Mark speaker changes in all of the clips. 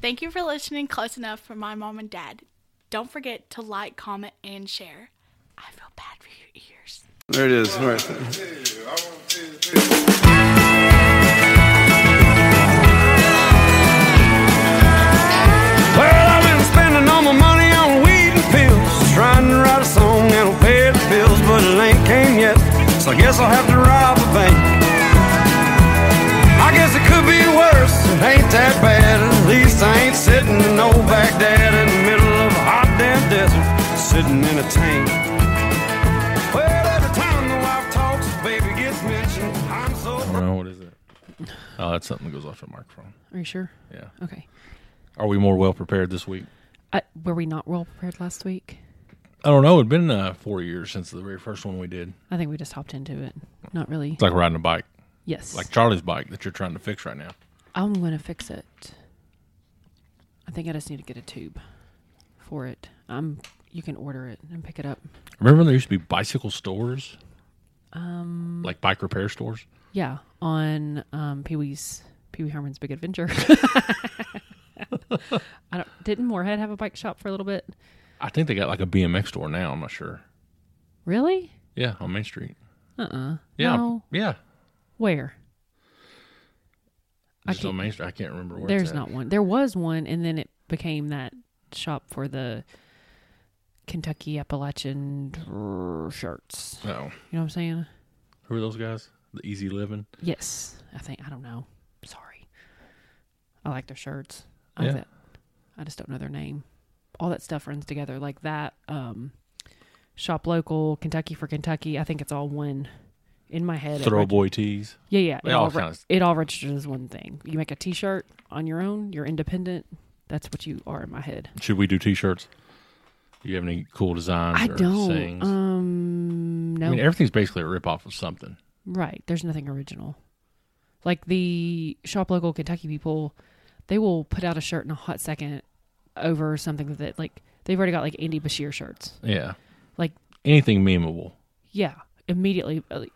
Speaker 1: Thank you for listening close enough for my mom and dad. Don't forget to like, comment, and share. I feel bad for your ears.
Speaker 2: There it is. All right. Well, I've been spending all my money on weed and pills. Trying to write a song that'll pay the bills, but it ain't came yet. So I guess I'll have to rob a bank. I guess it could be worse. It ain't that bad. At least I ain't sitting in old Baghdad in the middle of a hot damn desert, sitting in a tank. Well, every time the wife talks, baby gets mentioned. I'm so
Speaker 3: No, what is it? Oh, that's something that goes off the microphone.
Speaker 4: Are you sure?
Speaker 3: Yeah.
Speaker 4: Okay.
Speaker 3: Are we more well prepared this week?
Speaker 4: I, were we not well prepared last week?
Speaker 3: I don't know. It's been uh, four years since the very first one we did.
Speaker 4: I think we just hopped into it. Not really.
Speaker 3: It's like riding a bike,
Speaker 4: yes.
Speaker 3: like Charlie's bike that you're trying to fix right now.
Speaker 4: I'm going to fix it. I think I just need to get a tube for it. I'm. You can order it and pick it up.
Speaker 3: Remember when there used to be bicycle stores? Um, like bike repair stores?
Speaker 4: Yeah, on um, Pee Wee's Pee Wee Herman's Big Adventure. I don't. Didn't Moorhead have a bike shop for a little bit?
Speaker 3: I think they got like a BMX store now. I'm not sure.
Speaker 4: Really?
Speaker 3: Yeah, on Main Street.
Speaker 4: Uh uh
Speaker 3: Yeah.
Speaker 4: No.
Speaker 3: Yeah.
Speaker 4: Where? I
Speaker 3: Just on
Speaker 4: can't-
Speaker 3: Main Street. I can't remember where
Speaker 4: There's
Speaker 3: it's at.
Speaker 4: not one. There was one, and then it became that shop for the Kentucky Appalachian dr- shirts.
Speaker 3: No.
Speaker 4: You know what I'm saying?
Speaker 3: Who are those guys? The Easy Living?
Speaker 4: Yes, I think I don't know. Sorry, I like their shirts. I
Speaker 3: Yeah.
Speaker 4: like that. I just don't know their name. All that stuff runs together like that. Um, shop local, Kentucky for Kentucky. I think it's all one. In my head, it
Speaker 3: Throw
Speaker 4: reg-
Speaker 3: boy tees.
Speaker 4: Yeah, yeah.
Speaker 3: They
Speaker 4: it
Speaker 3: all
Speaker 4: all, re-
Speaker 3: kinda s-
Speaker 4: it all registers as one thing. You make a T-shirt on your own. You're independent. That's what you are in my head.
Speaker 3: Should we do t shirts? You have any cool designs
Speaker 4: I
Speaker 3: or
Speaker 4: don't.
Speaker 3: things?
Speaker 4: Um, no,
Speaker 3: I mean, everything's basically a ripoff of something.
Speaker 4: right. There's nothing original. Like the shop local Kentucky people, they will put out a shirt in a hot second over something that like they've already got like Andy Bashir shirts.
Speaker 3: Yeah.
Speaker 4: Like
Speaker 3: Anything memeable.
Speaker 4: yeah, immediately. uh, like,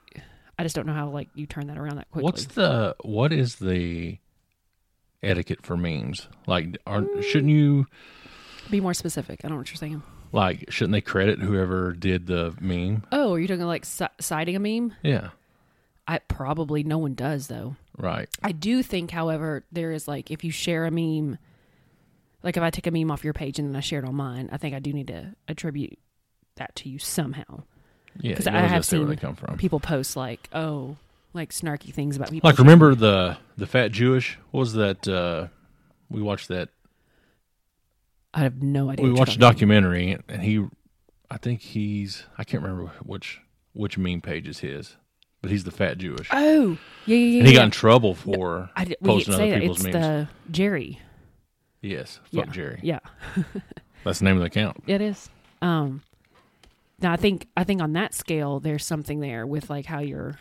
Speaker 4: I just don't know how like you turn that around that quickly.
Speaker 3: What's the what is the etiquette for memes? Like, aren't, shouldn't you
Speaker 4: Be more specific. I don't know what you're saying.
Speaker 3: like shouldn't they credit whoever did the meme?
Speaker 4: Oh, are you talking like si- citing a meme?
Speaker 3: Yeah,
Speaker 4: I probably no one does though.
Speaker 3: right.
Speaker 4: I do think, however, there is like if you share a meme, like if I take a meme off your page and then I share it on mine, I think I do need to attribute that to you somehow.
Speaker 3: Yeah,
Speaker 4: Because
Speaker 3: you
Speaker 4: I
Speaker 3: always
Speaker 4: have
Speaker 3: gotta see
Speaker 4: seen
Speaker 3: where they come from.
Speaker 4: people post like, oh, like snarky things about people.
Speaker 3: Like, remember the the fat Jewish? What was that? Uh, we watched that.
Speaker 4: I have no idea.
Speaker 3: We
Speaker 4: what you're
Speaker 3: watched a
Speaker 4: talking
Speaker 3: documentary, and he, I think he's, I can't remember which which meme page is his, but he's the fat Jewish,
Speaker 4: about. Oh, yeah, yeah, yeah.
Speaker 3: and he
Speaker 4: yeah.
Speaker 3: got in trouble for
Speaker 4: I did, we
Speaker 3: posting other
Speaker 4: didn't say that.
Speaker 3: people's
Speaker 4: It's
Speaker 3: memes.
Speaker 4: the Jerry.
Speaker 3: Yes, fuck
Speaker 4: yeah.
Speaker 3: Jerry.
Speaker 4: Yeah,
Speaker 3: That's the name of the account.
Speaker 4: it is. Um, now I think I think on that scale, there's something there with like how you're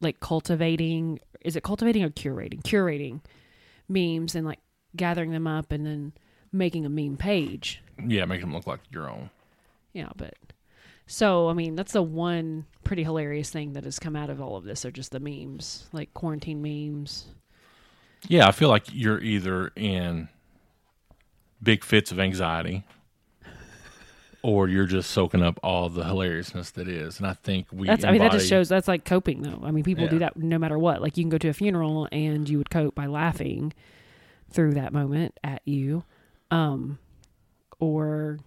Speaker 4: like cultivating is it cultivating or curating curating memes and like gathering them up and then making a meme page
Speaker 3: Yeah, make them look like your own.
Speaker 4: yeah but so i mean that's the one pretty hilarious thing that has come out of all of this are just the memes like quarantine memes
Speaker 3: Yeah, I feel like you're either in big fits of anxiety or you're just soaking up all the hilariousness that is. And I think we
Speaker 4: that's i mean that just
Speaker 3: embody-
Speaker 4: shows that's like coping though i mean people do
Speaker 3: Yeah.
Speaker 4: that no matter what like you can go to a funeral and you would cope by laughing through that moment at you um or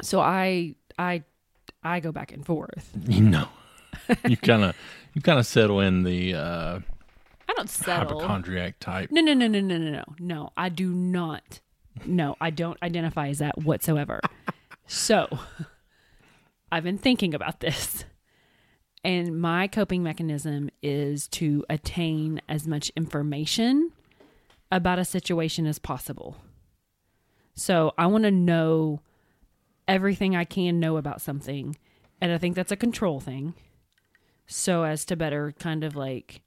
Speaker 4: so i i i go back and forth
Speaker 3: you know you kind of you kind of settle in the uh,
Speaker 4: i don't settle
Speaker 3: hypochondriac type.
Speaker 4: No, no, no, no, no, no, no. No, I do not. No, I don't identify as that whatsoever. so, I've been thinking about this. And my coping mechanism is to attain as much information about a situation as possible. So I want to know everything I can know about something. And I think that's a control thing. So as to better kind of like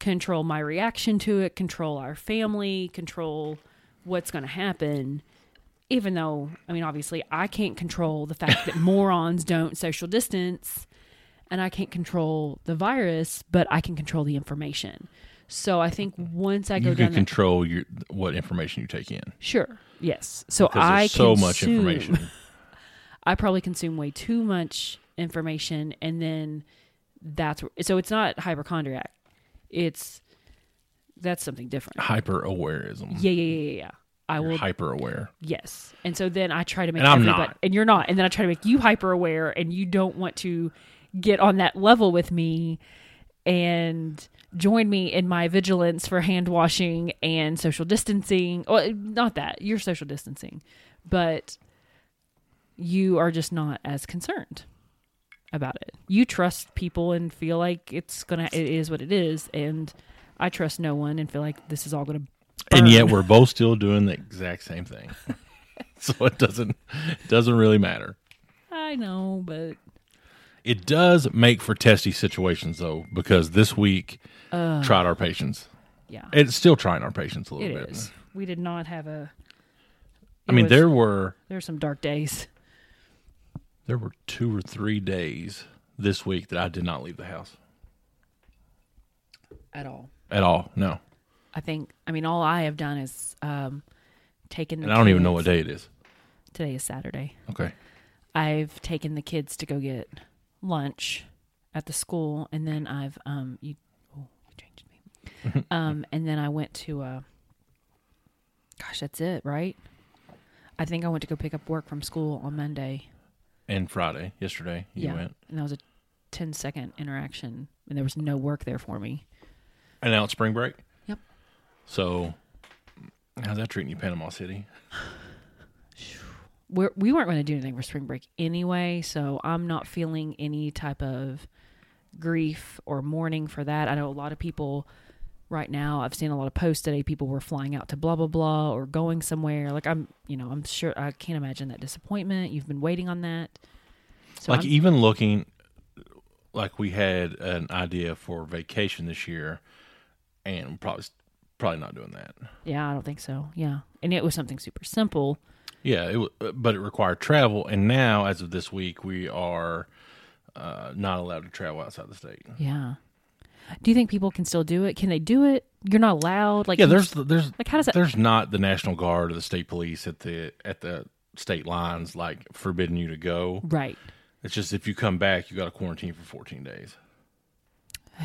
Speaker 4: control my reaction to it, control our family, control what's going to happen. Even though, I mean, obviously, I can't control the fact that morons don't social distance and I can't control the virus, but I can control the information. So I think once I go
Speaker 3: You
Speaker 4: down
Speaker 3: can
Speaker 4: that-
Speaker 3: control your what information you take in
Speaker 4: Sure. Yes. So
Speaker 3: because
Speaker 4: I
Speaker 3: there's so
Speaker 4: consume,
Speaker 3: much information.
Speaker 4: I probably consume way too much information, and then that's wh- so it's not hypochondriac. It's that's something different.
Speaker 3: Hyper awareism.
Speaker 4: Yeah, yeah, yeah, yeah. yeah. I will.
Speaker 3: Hyper aware.
Speaker 4: yes. And so then I try to make
Speaker 3: And I'm
Speaker 4: everybody,
Speaker 3: not.
Speaker 4: and you're not, and then I try to make you hyper aware, and you don't want to get on that level with me, and join me in my vigilance for hand washing and social distancing. Well, not that you're social distancing, but you are just not as concerned about it. You trust people and feel like it's gonna, it is what it is, and I trust no one and feel like this is all gonna.
Speaker 3: And
Speaker 4: burn.
Speaker 3: yet we're both still doing the exact same thing. so it doesn't it doesn't really matter.
Speaker 4: I know, but
Speaker 3: It does make for testy situations though, because this week tried our patience.
Speaker 4: yeah,
Speaker 3: It's still trying our patience a
Speaker 4: it
Speaker 3: little bit.
Speaker 4: is. We did not have a.
Speaker 3: I mean,
Speaker 4: was-
Speaker 3: there were
Speaker 4: There are some dark days.
Speaker 3: there were two or three days this week that I did not leave the house
Speaker 4: At all.
Speaker 3: at all. No,
Speaker 4: I think. I mean, all I have done is um, taken. The
Speaker 3: and I don't even know
Speaker 4: kids-
Speaker 3: what day it is.
Speaker 4: Today is Saturday.
Speaker 3: Okay,
Speaker 4: I've taken the kids to go get lunch at the school, and then I've um you oh you changed me, um and then I went to uh gosh that's it right. I think I went to go pick up work from school on Monday.
Speaker 3: and Friday yesterday you went,
Speaker 4: and that was a 10 second interaction, and there was no work there for me.
Speaker 3: and now it's spring break.
Speaker 4: Yep.
Speaker 3: So, how's that treating you, Panama City?
Speaker 4: we're, we weren't going to do anything for spring break anyway, so I'm not feeling any type of grief or mourning for that. I know a lot of people right now. I've seen a lot of posts today. People were flying out to blah blah blah or going somewhere. Like I'm, you know, I'm sure I can't imagine that disappointment. You've been waiting on that. So
Speaker 3: like e-
Speaker 4: I'm-
Speaker 3: even looking like we had an idea for vacation this year and probably probably not doing that
Speaker 4: yeah, I don't think so. Yeah, and it was something super simple.
Speaker 3: yeah it wa- but it required travel and now as of this week we are uh, not allowed to travel outside the state
Speaker 4: Yeah. Do you think people can still do it? Can they do it? You're not allowed. Like
Speaker 3: yeah there's there's
Speaker 4: Like, how does that-
Speaker 3: there's not the national guard or the state police at the at the state lines like forbidding you to go
Speaker 4: right.
Speaker 3: it's just if you come back you got to quarantine for 14 days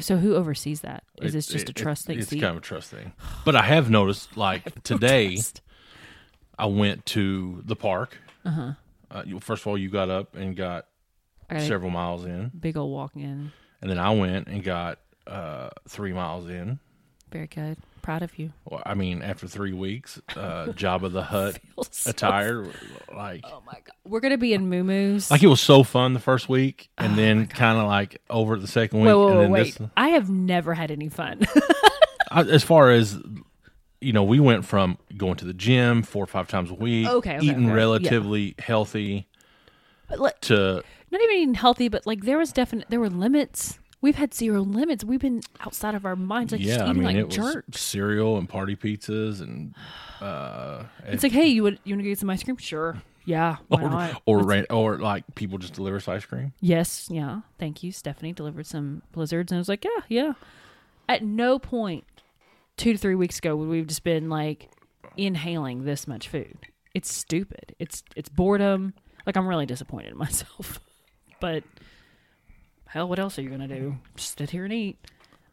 Speaker 4: So who oversees that? Is this
Speaker 3: It- it-
Speaker 4: just a trust
Speaker 3: it-
Speaker 4: thing?
Speaker 3: it's
Speaker 4: See?
Speaker 3: kind of a trust thing but i have noticed like today
Speaker 4: Trust.
Speaker 3: I went to the park.
Speaker 4: Uh-huh.
Speaker 3: Uh, you- first of all, you got up and got
Speaker 4: I got a
Speaker 3: several miles in,
Speaker 4: big old walk in.
Speaker 3: and then I went and got uh, three miles in.
Speaker 4: Very good. Proud of you.
Speaker 3: Well, I mean, after three weeks, uh, Jabba the Hut
Speaker 4: so- Oh
Speaker 3: attire, like,
Speaker 4: We're gonna be in Moomoo's.
Speaker 3: like it was so fun the first week, and then kind of like over the second week,
Speaker 4: Oh wait, wait,
Speaker 3: and
Speaker 4: wait,
Speaker 3: then
Speaker 4: wait.
Speaker 3: this. uh,
Speaker 4: I have never had any fun.
Speaker 3: I, as far as you know, we went from going to the gym four or five times a week,
Speaker 4: Okay, okay,
Speaker 3: eating
Speaker 4: okay. Yeah.
Speaker 3: relatively healthy,
Speaker 4: like-
Speaker 3: to
Speaker 4: Not even eating healthy, but like there was definite there were limits. We've had zero limits. We've been outside of our minds, like just
Speaker 3: yeah,
Speaker 4: eating
Speaker 3: I mean,
Speaker 4: like
Speaker 3: it
Speaker 4: jerk.
Speaker 3: was cereal and party pizzas and uh,
Speaker 4: It's like, hey, you would you want to get some ice cream? Sure. Yeah. Why
Speaker 3: or
Speaker 4: not?
Speaker 3: or, ran, or like people just deliver us ice cream.
Speaker 4: Yes. Yeah. Thank you. Stephanie delivered some blizzards, and I was like, yeah, yeah. At no point two to three weeks ago would we've just been like inhaling this much food. It's stupid. It's it's boredom. Like I'm really disappointed in myself. But hell, what else are you gonna do? Just sit here and eat.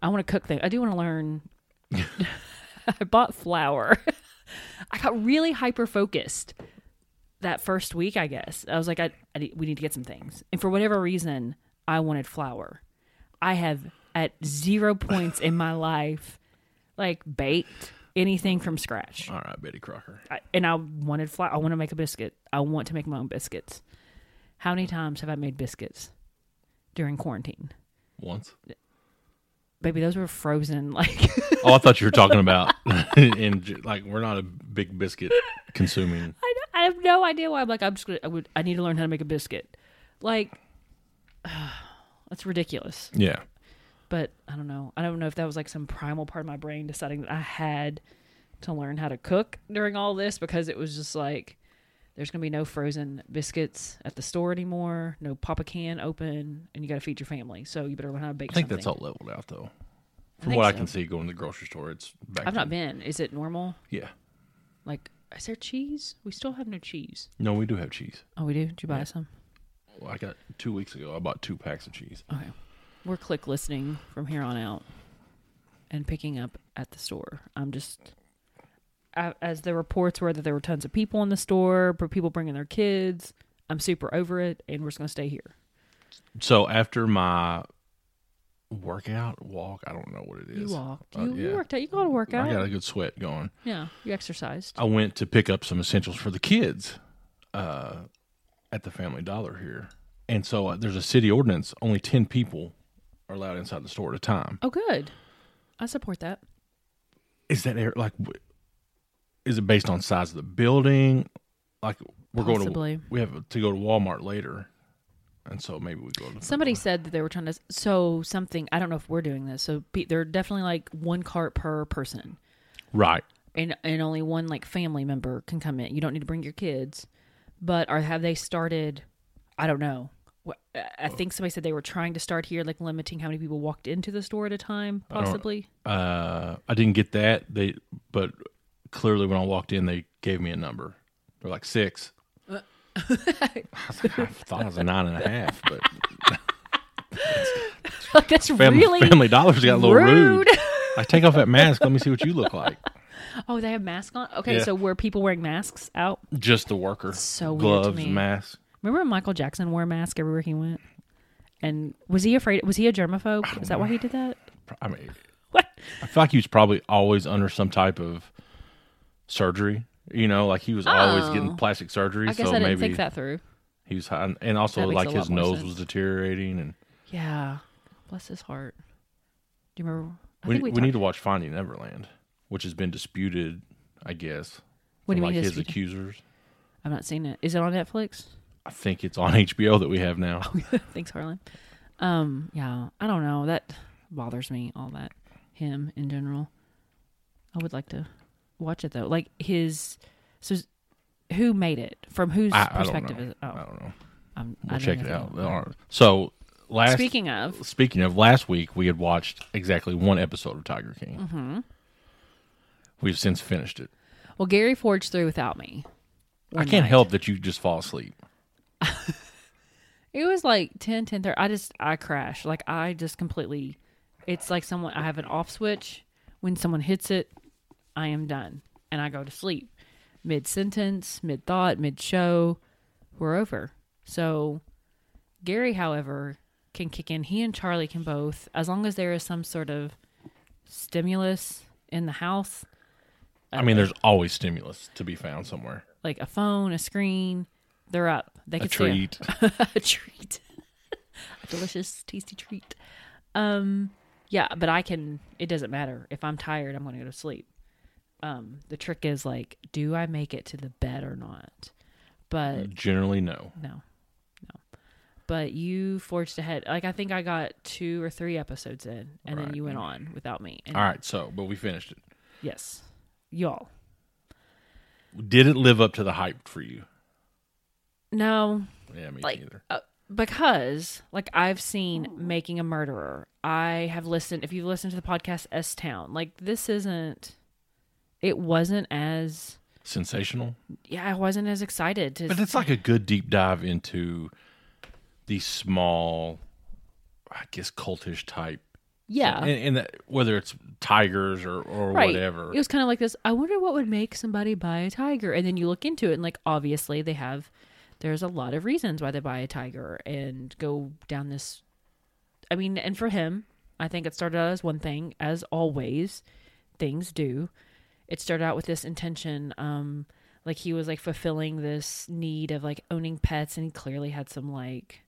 Speaker 4: I want to cook things. I do want to learn. I bought flour. I got really hyper focused that first week, I guess. I was like, I, I need- we need to get some things. And for whatever reason, I wanted flour. I have at zero points in my life, like baked anything from scratch.
Speaker 3: All right, Betty Crocker.
Speaker 4: I, and I wanted flour. I want to make a biscuit. I want to make my own biscuits. How many times have I made biscuits during quarantine?
Speaker 3: once.
Speaker 4: Baby, those were frozen. Like,
Speaker 3: Oh, I thought you were talking about in j- like we're not a big biscuit consuming.
Speaker 4: I, don't- I have no idea why. I'm like, I'm just gonna, I would, I need to learn how to make a biscuit. Like, that's ridiculous.
Speaker 3: Yeah.
Speaker 4: But I don't know. I don't know if that was like some primal part of my brain deciding that I had to learn how to cook during all this because it was just like, there's gonna be no frozen biscuits at the store anymore. No Papa Can open, and you got to feed your family, so you better learn how to bake.
Speaker 3: I think that's all
Speaker 4: something.
Speaker 3: leveled out though. From
Speaker 4: think
Speaker 3: what I
Speaker 4: so.
Speaker 3: can see going to the grocery store, it's back
Speaker 4: I've
Speaker 3: to-
Speaker 4: not been. Is it normal?
Speaker 3: Yeah.
Speaker 4: Like, is there cheese? We still have no cheese.
Speaker 3: No, we do have cheese.
Speaker 4: Oh, we do. Did you buy some?
Speaker 3: Well, I got two weeks ago. I bought two packs of cheese.
Speaker 4: Okay. We're click listening from here on out and picking up at the store. I'm just, I, as the reports were that there were tons of people in the store, but people bringing their kids. I'm super over it, and we're just going to stay here.
Speaker 3: So after my workout walk, I don't know what it
Speaker 4: You
Speaker 3: is.
Speaker 4: walked. You,
Speaker 3: Uh,
Speaker 4: you
Speaker 3: yeah.
Speaker 4: worked out. You got to work out.
Speaker 3: I got a good sweat going.
Speaker 4: yeah. You exercised.
Speaker 3: I went to pick up some essentials for the kids uh, at the Family Dollar here, and so uh, there's a city ordinance: only ten people are allowed inside the store at a time.
Speaker 4: Oh, good. I support that.
Speaker 3: Is that air- like? w- Is it based on size of the building? Like we're
Speaker 4: Possibly.
Speaker 3: going to we have to go to Walmart later, and so maybe we go to
Speaker 4: Somebody said that they were trying to so something. I don't know if we're doing this. So pe- they're definitely like one cart per person.
Speaker 3: right.
Speaker 4: and and only one like family member can come in. You don't need to bring your kids, but are have they started? I don't know. What- I- I think somebody said they were trying to start here, like limiting how many people walked into the store at a time, possibly.
Speaker 3: Uh, I didn't get that. They but clearly when I walked in, they gave me a number. They're like six. I, was like, I thought it was a nine and a half, but
Speaker 4: Like that's
Speaker 3: Family,
Speaker 4: really
Speaker 3: Family Dollar's got a little rude.
Speaker 4: rude.
Speaker 3: I take off that mask. Let me see what you look like.
Speaker 4: Oh, they have masks on. Okay,
Speaker 3: Yeah.
Speaker 4: so were people wearing masks out?
Speaker 3: Just the worker.
Speaker 4: So weird to
Speaker 3: gloves,
Speaker 4: me.
Speaker 3: mask.
Speaker 4: Remember when Michael Jackson wore a mask everywhere he went? And was he afraid? Was he a germaphobe? Is that why he did that?
Speaker 3: I mean,
Speaker 4: What?
Speaker 3: I feel like he was probably always under some type of surgery. You know, like he was always getting plastic surgery.
Speaker 4: Oh. I guess
Speaker 3: so
Speaker 4: I didn't
Speaker 3: maybe
Speaker 4: think that through.
Speaker 3: he was high, and also
Speaker 4: That makes
Speaker 3: like
Speaker 4: a
Speaker 3: his
Speaker 4: lot more
Speaker 3: nose
Speaker 4: sense.
Speaker 3: was deteriorating and.
Speaker 4: Yeah. Bless his heart. Do you remember? I
Speaker 3: we,
Speaker 4: think
Speaker 3: we,
Speaker 4: talked-
Speaker 3: need to watch Finding Neverland, which has been disputed, I guess.
Speaker 4: What do you
Speaker 3: from,
Speaker 4: mean
Speaker 3: like his
Speaker 4: disputed?
Speaker 3: accusers.
Speaker 4: I've not seen it. Is it on Netflix?
Speaker 3: I think it's on HBO that we have now.
Speaker 4: Thanks, Harlan. Um, yeah, I don't know. That bothers me. All that him in general. I would like to watch it though. Like his, so s- who made it? From whose
Speaker 3: I, I don't
Speaker 4: perspective
Speaker 3: know.
Speaker 4: is it? Oh.
Speaker 3: I don't know.
Speaker 4: I'm,
Speaker 3: We'll
Speaker 4: didn't
Speaker 3: check it
Speaker 4: even
Speaker 3: out.
Speaker 4: know.
Speaker 3: All right. So last
Speaker 4: Speaking of,
Speaker 3: speaking of last week, we had watched exactly one episode of Tiger King. Mm-hmm. We've since finished it.
Speaker 4: well, Gary forged through without me.
Speaker 3: I can't help that you just fall asleep.
Speaker 4: It was like 10, 10 I just, I crashed. Like I just completely, it's like someone, I have an off switch. When someone hits it, I am done. And I go to sleep. Mid sentence, mid thought, mid show, we're over. So Gary, however, can kick in. He and Charlie can both, as long as there is some sort of stimulus in the house,
Speaker 3: I mean, there's always stimulus to be found somewhere.
Speaker 4: like a phone, a screen, they're up. They
Speaker 3: A
Speaker 4: can stay up.
Speaker 3: treat.
Speaker 4: a treat, a delicious, tasty treat. Um, yeah, but I can. It doesn't matter if I'm tired. I'm going to go to sleep. Um, the trick is like, do I make it to the bed or not?
Speaker 3: Mm.
Speaker 4: But
Speaker 3: Generally, no.
Speaker 4: no, no. But you forged ahead. Like I think I got two or three episodes in, and then you went on without me. And
Speaker 3: All right. So, but we finished it.
Speaker 4: yes, y'all.
Speaker 3: Did it live up to the hype for you?
Speaker 4: No,
Speaker 3: Yeah, me
Speaker 4: like
Speaker 3: neither.
Speaker 4: uh, because like I've seen Making a Murderer. I have listened. If you've listened to the podcast S Town, like this isn't. It wasn't as
Speaker 3: Sensational.
Speaker 4: yeah. I wasn't as excited to.
Speaker 3: But it's like a good deep dive into these small, I guess, cultish type.
Speaker 4: yeah.
Speaker 3: And, and that, whether it's tigers or, or
Speaker 4: Right.
Speaker 3: whatever.
Speaker 4: It was kind of like this. I wonder what would make somebody buy a tiger, and then you look into it, and like obviously they have. There's a lot of reasons why they buy a tiger and go down this. I mean, and for him, I think it started out as one thing, as always, things do. It started out with this intention, um, like he was like fulfilling this need of like owning pets, and he clearly had some like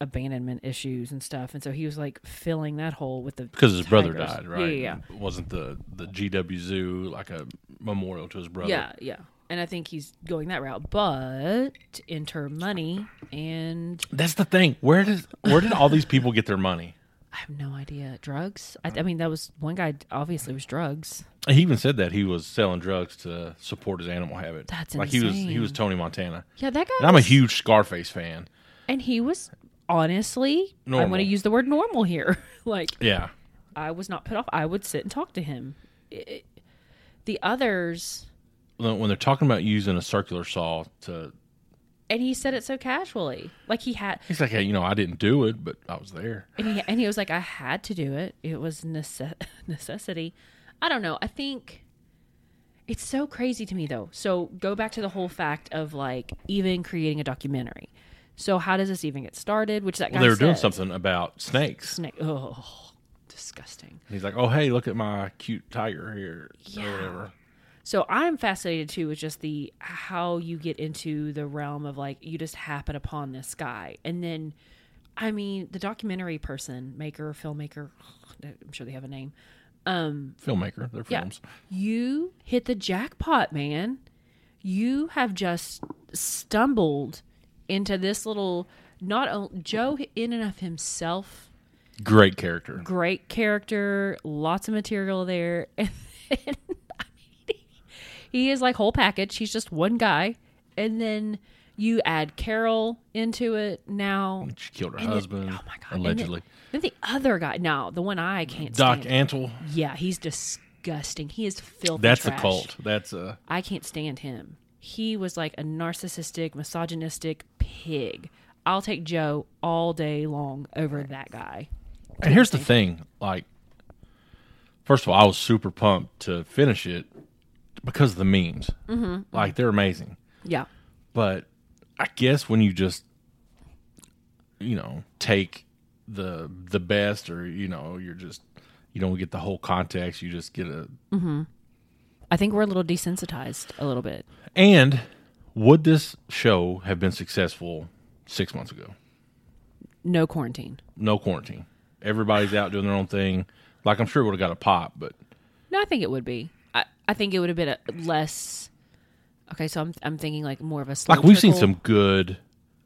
Speaker 4: abandonment issues and stuff, and so he was like filling that hole with the
Speaker 3: because his brother
Speaker 4: tigers.
Speaker 3: died, right?
Speaker 4: Yeah, yeah,
Speaker 3: It Wasn't the the GW Zoo like a memorial to his brother?
Speaker 4: yeah, yeah. And I think he's going that route, but enter money, and
Speaker 3: That's the thing. Where does where did all these people get their money?
Speaker 4: I have no idea. Drugs? I, I mean, that was one guy. Obviously, was drugs.
Speaker 3: He even said that he was selling drugs to support his animal habit.
Speaker 4: That's
Speaker 3: like he was he was Tony Montana.
Speaker 4: Yeah, that guy.
Speaker 3: And I'm a
Speaker 4: was-
Speaker 3: huge Scarface fan.
Speaker 4: And he was honestly, I want
Speaker 3: Normal.
Speaker 4: to use the word normal here. like
Speaker 3: Yeah.
Speaker 4: I was not put off. I would sit and talk to him. It- it- the others,
Speaker 3: When when they're talking about using a circular saw to,
Speaker 4: and he said it so casually. Like he had,
Speaker 3: he's like, hey, you know, I didn't do it, but I was there.
Speaker 4: and he and he was like, I had to do it. It was necess- necessity. I don't know. I think it's so crazy to me though. So go back to the whole fact of like even creating a documentary. So how does this even get started? Which that guy
Speaker 3: Well, they were doing
Speaker 4: said.
Speaker 3: something about snakes.
Speaker 4: Snake. Oh, disgusting.
Speaker 3: And he's like, oh hey, look at my cute tiger here or whatever.
Speaker 4: So I'm fascinated too with just the how you get into the realm of like you just happen upon this guy, and then, I mean, the documentary person, maker, filmmaker, I'm sure they have a name.
Speaker 3: Filmmaker, their films.
Speaker 4: You hit the jackpot, man. You have just stumbled into this little. Not only Joe in and of himself
Speaker 3: Great character.
Speaker 4: great character, lots of material there. And then, I mean, he is like whole package. He's just one guy. And then you add Carol into it now.
Speaker 3: She killed her
Speaker 4: And then-
Speaker 3: husband.
Speaker 4: oh my God. and then-
Speaker 3: Allegedly.
Speaker 4: Then, the other guy, no, the one I can't
Speaker 3: Doc
Speaker 4: stand.
Speaker 3: Antle.
Speaker 4: yeah, he's disgusting. He is filthy.
Speaker 3: That's
Speaker 4: trash.
Speaker 3: a cult. That's a
Speaker 4: I can't stand him. He was like a narcissistic, misogynistic pig. I'll take Joe all day long over that guy.
Speaker 3: And here's the thing, like first of all, I was super pumped to finish it because of the memes. Mm-hmm. Like they're amazing.
Speaker 4: Yeah.
Speaker 3: But I guess when you just you know, take the the best or you know, you're just you don't get the whole context, you just get a
Speaker 4: I think we're a little desensitized a little bit.
Speaker 3: And would this show have been successful 6 months ago?
Speaker 4: No quarantine.
Speaker 3: No quarantine. Everybody's out doing their own thing. Like I'm sure it would have got a pop, but
Speaker 4: No, I think it would be. I, I think it would have been a less. Okay, so I'm I'm thinking like more of a slow
Speaker 3: like we've seen
Speaker 4: trickle.
Speaker 3: some good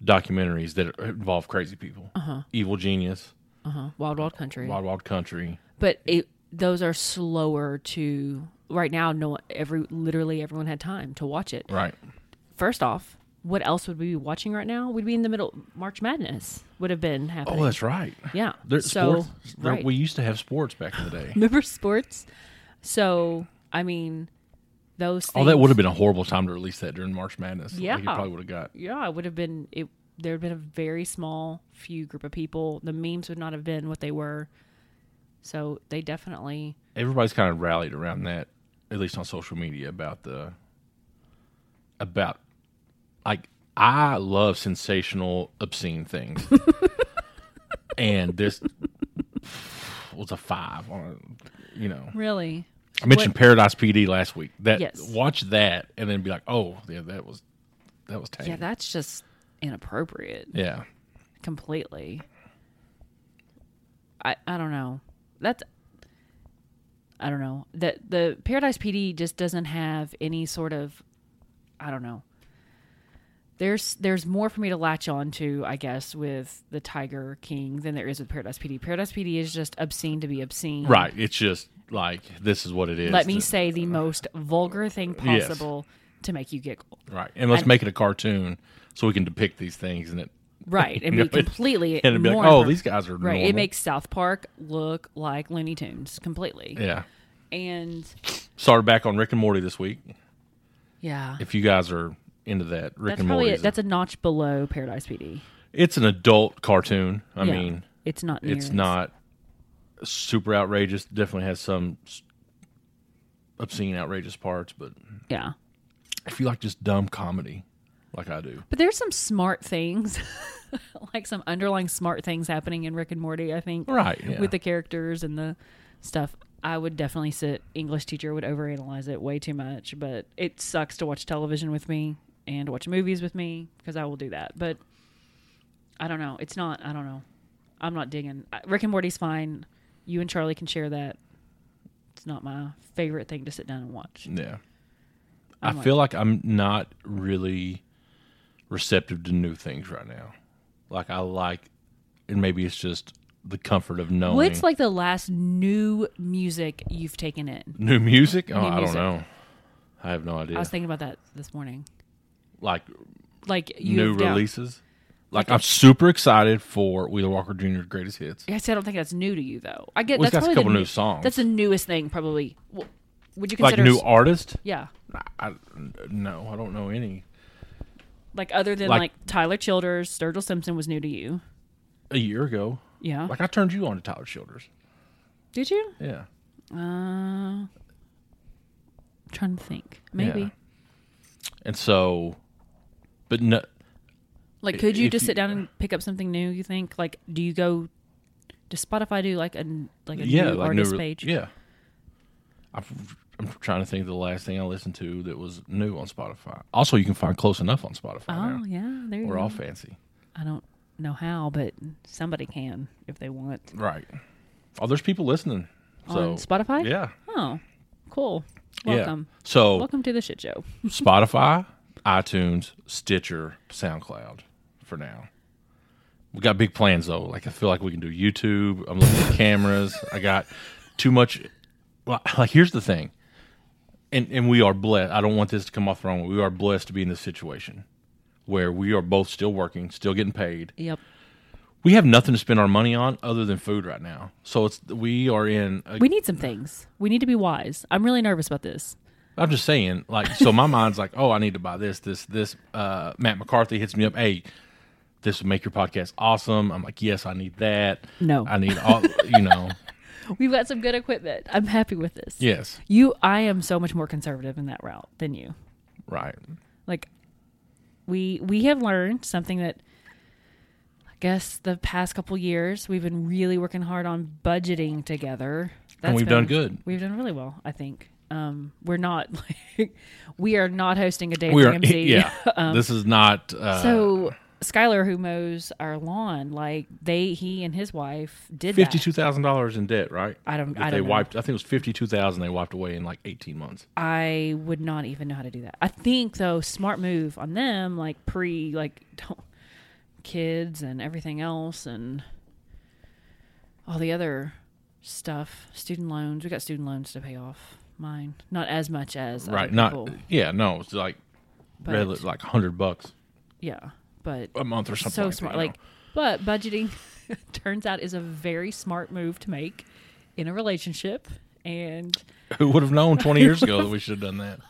Speaker 3: documentaries that involve crazy people evil genius
Speaker 4: Uh-huh, Wild Wild Country,
Speaker 3: wild wild country
Speaker 4: but it, those are slower to. Right now, no every literally everyone had time to watch it.
Speaker 3: right
Speaker 4: First off, what else would we be watching right now? We'd be in the middle. March Madness would have been happening.
Speaker 3: oh that's right
Speaker 4: yeah.
Speaker 3: There-
Speaker 4: so
Speaker 3: sports- there-
Speaker 4: right.
Speaker 3: we used to have sports back in the day
Speaker 4: remember sports. So I mean, those.
Speaker 3: oh that
Speaker 4: things-
Speaker 3: would have been a horrible time to release that during march madness Like,
Speaker 4: Yeah.
Speaker 3: you probably would have got
Speaker 4: yeah, it would have been it. There had been a very small, few group of people. The memes would not have been what they were. So they definitely
Speaker 3: everybody's kind of rallied around that at least on social media about the about like i love sensational obscene things and this was a five on a- you know
Speaker 4: really.
Speaker 3: I mentioned Paradise PD last week. That
Speaker 4: Yes.
Speaker 3: watch that and then be like, oh yeah, that was that was tame.
Speaker 4: Yeah, that's just inappropriate
Speaker 3: yeah.
Speaker 4: completely. I I don't know. That's I don't know. That the Paradise PD just doesn't have any sort of I don't know. There's there's more for me to latch on to, I guess, with the Tiger King than there is with Paradise PD. Paradise PD is just obscene to be obscene.
Speaker 3: Right. It's just like this is what it is.
Speaker 4: Let me
Speaker 3: The-
Speaker 4: say the most vulgar thing
Speaker 3: Yes.
Speaker 4: possible to make you giggle.
Speaker 3: Right. And let's make it a cartoon so we can depict these things and it
Speaker 4: Right. And
Speaker 3: You
Speaker 4: be
Speaker 3: know, it-
Speaker 4: completely
Speaker 3: and it'd be like,
Speaker 4: more
Speaker 3: oh,
Speaker 4: appro-
Speaker 3: these guys are
Speaker 4: Right. It
Speaker 3: normal.
Speaker 4: makes South Park look like Looney Tunes completely.
Speaker 3: yeah.
Speaker 4: And
Speaker 3: Started back on Rick and Morty this week.
Speaker 4: yeah.
Speaker 3: If you guys are into that, Rick
Speaker 4: That's
Speaker 3: and
Speaker 4: probably
Speaker 3: Morty.
Speaker 4: a,
Speaker 3: is a-
Speaker 4: that's a notch below Paradise PD.
Speaker 3: it's an adult cartoon. I
Speaker 4: Yeah.
Speaker 3: mean,
Speaker 4: it's not near
Speaker 3: it's
Speaker 4: as-
Speaker 3: not super outrageous. Definitely has some s- obscene, outrageous parts, but
Speaker 4: Yeah.
Speaker 3: if you like just dumb comedy, like I do,
Speaker 4: But there's some smart things. like some underlying smart things happening in Rick and Morty, I think.
Speaker 3: Right, yeah.
Speaker 4: With the characters and the stuff. I would definitely sit English teacher would overanalyze it way too much, but it sucks to watch television with me and watch movies with me because I will do that. But I don't know. It's not. I don't know. I'm not digging. I- Rick and Morty's fine. You and Charlie can share that. It's not my favorite thing to sit down and watch.
Speaker 3: Yeah. i feel like I'm not really receptive to new things right now. Like I like and maybe it's just the comfort of knowing
Speaker 4: What's like the last new music you've taken in?
Speaker 3: new music? Oh,
Speaker 4: New
Speaker 3: I
Speaker 4: music.
Speaker 3: don't know. I have no idea.
Speaker 4: I was thinking about that this morning.
Speaker 3: like
Speaker 4: Like you
Speaker 3: new
Speaker 4: have down-
Speaker 3: releases. Like I'm super excited for Wheeler Walker Jr.'s greatest hits.
Speaker 4: I said I don't think that's new to you though. I get
Speaker 3: Well, he's
Speaker 4: that's
Speaker 3: got a
Speaker 4: probably
Speaker 3: couple
Speaker 4: the
Speaker 3: new songs.
Speaker 4: That's the newest thing probably. Well, would you
Speaker 3: Like
Speaker 4: consider
Speaker 3: new artist?
Speaker 4: Yeah,
Speaker 3: I, no, I don't know any.
Speaker 4: like other than
Speaker 3: Like-
Speaker 4: like, Tyler Childers, Sturgill Simpson was new to you.
Speaker 3: A year ago,
Speaker 4: Yeah,
Speaker 3: like I turned you on to Tyler Childers.
Speaker 4: did you?
Speaker 3: Yeah,
Speaker 4: Uh, trying to think. Maybe.
Speaker 3: Yeah. and so, but no,
Speaker 4: Like, could you
Speaker 3: If
Speaker 4: just
Speaker 3: you-
Speaker 4: sit down and pick up something new? You think? Like, do you go? Does Spotify do like a like a
Speaker 3: yeah,
Speaker 4: new
Speaker 3: like
Speaker 4: artist
Speaker 3: new, re-
Speaker 4: page?
Speaker 3: Yeah, I'm, I'm trying to think of the last thing I listened to that was new on Spotify. Also, you can find Close Enough on Spotify.
Speaker 4: Oh
Speaker 3: now.
Speaker 4: yeah, there you
Speaker 3: we're
Speaker 4: go.
Speaker 3: all fancy,
Speaker 4: I don't know how, but somebody can if they want
Speaker 3: right? Oh, there's people listening. So
Speaker 4: on Spotify.
Speaker 3: yeah,
Speaker 4: Oh, cool.
Speaker 3: yeah.
Speaker 4: Welcome.
Speaker 3: So
Speaker 4: Welcome to the shit show.
Speaker 3: Spotify, iTunes, Stitcher, SoundCloud for now. We got big plans though. Like I feel like we can do YouTube. I'm looking at cameras. I got too much. well, Like here's the thing, and and we are blessed. I don't want this to come off the wrong way. We are blessed to be in this situation where we are both still working, still getting paid.
Speaker 4: Yep.
Speaker 3: We have nothing to spend our money on other than food right now. So it's we are in. A,
Speaker 4: We need some things. We need to be wise. I'm really nervous about this.
Speaker 3: I'm just saying, like, so my mind's like, oh, I need to buy this, this, this. Uh, Matt McCarthy hits me up, hey, this will make your podcast awesome. I'm like, yes, I need that.
Speaker 4: No.
Speaker 3: I need all, you know,
Speaker 4: We've got some good equipment. I'm happy with this.
Speaker 3: yes,
Speaker 4: You, I am so much more conservative in that route than you.
Speaker 3: right,
Speaker 4: like we we have learned something that i guess the past couple years we've been really working hard on budgeting together That's
Speaker 3: we've done good.
Speaker 4: we've done really well i think um we're not like we are not hosting a day
Speaker 3: we
Speaker 4: at
Speaker 3: are,
Speaker 4: TMZ.
Speaker 3: yeah.
Speaker 4: Um,
Speaker 3: this is not uh,
Speaker 4: so skylar who mows our lawn like they he and his wife did that.
Speaker 3: fifty-two thousand dollars in debt, right?
Speaker 4: I don't-
Speaker 3: That
Speaker 4: I
Speaker 3: they
Speaker 4: don't know.
Speaker 3: wiped. I think it was fifty-two thousand. They wiped away in like eighteen months.
Speaker 4: I would not even know how to do that. I think though, smart move on them, like pre, like don't kids and everything else, and all the other stuff, student loans. We got student loans to pay off. Mine, not as much as other
Speaker 3: right? Not,
Speaker 4: people,
Speaker 3: yeah, no, it's like,
Speaker 4: but-
Speaker 3: rel- like hundred bucks
Speaker 4: yeah, but
Speaker 3: a month or something.
Speaker 4: so
Speaker 3: like that,
Speaker 4: smart.
Speaker 3: you know?
Speaker 4: Like, but budgeting turns out is a very smart move to make in a relationship, and
Speaker 3: Who would have known 20 years ago that we should have done that?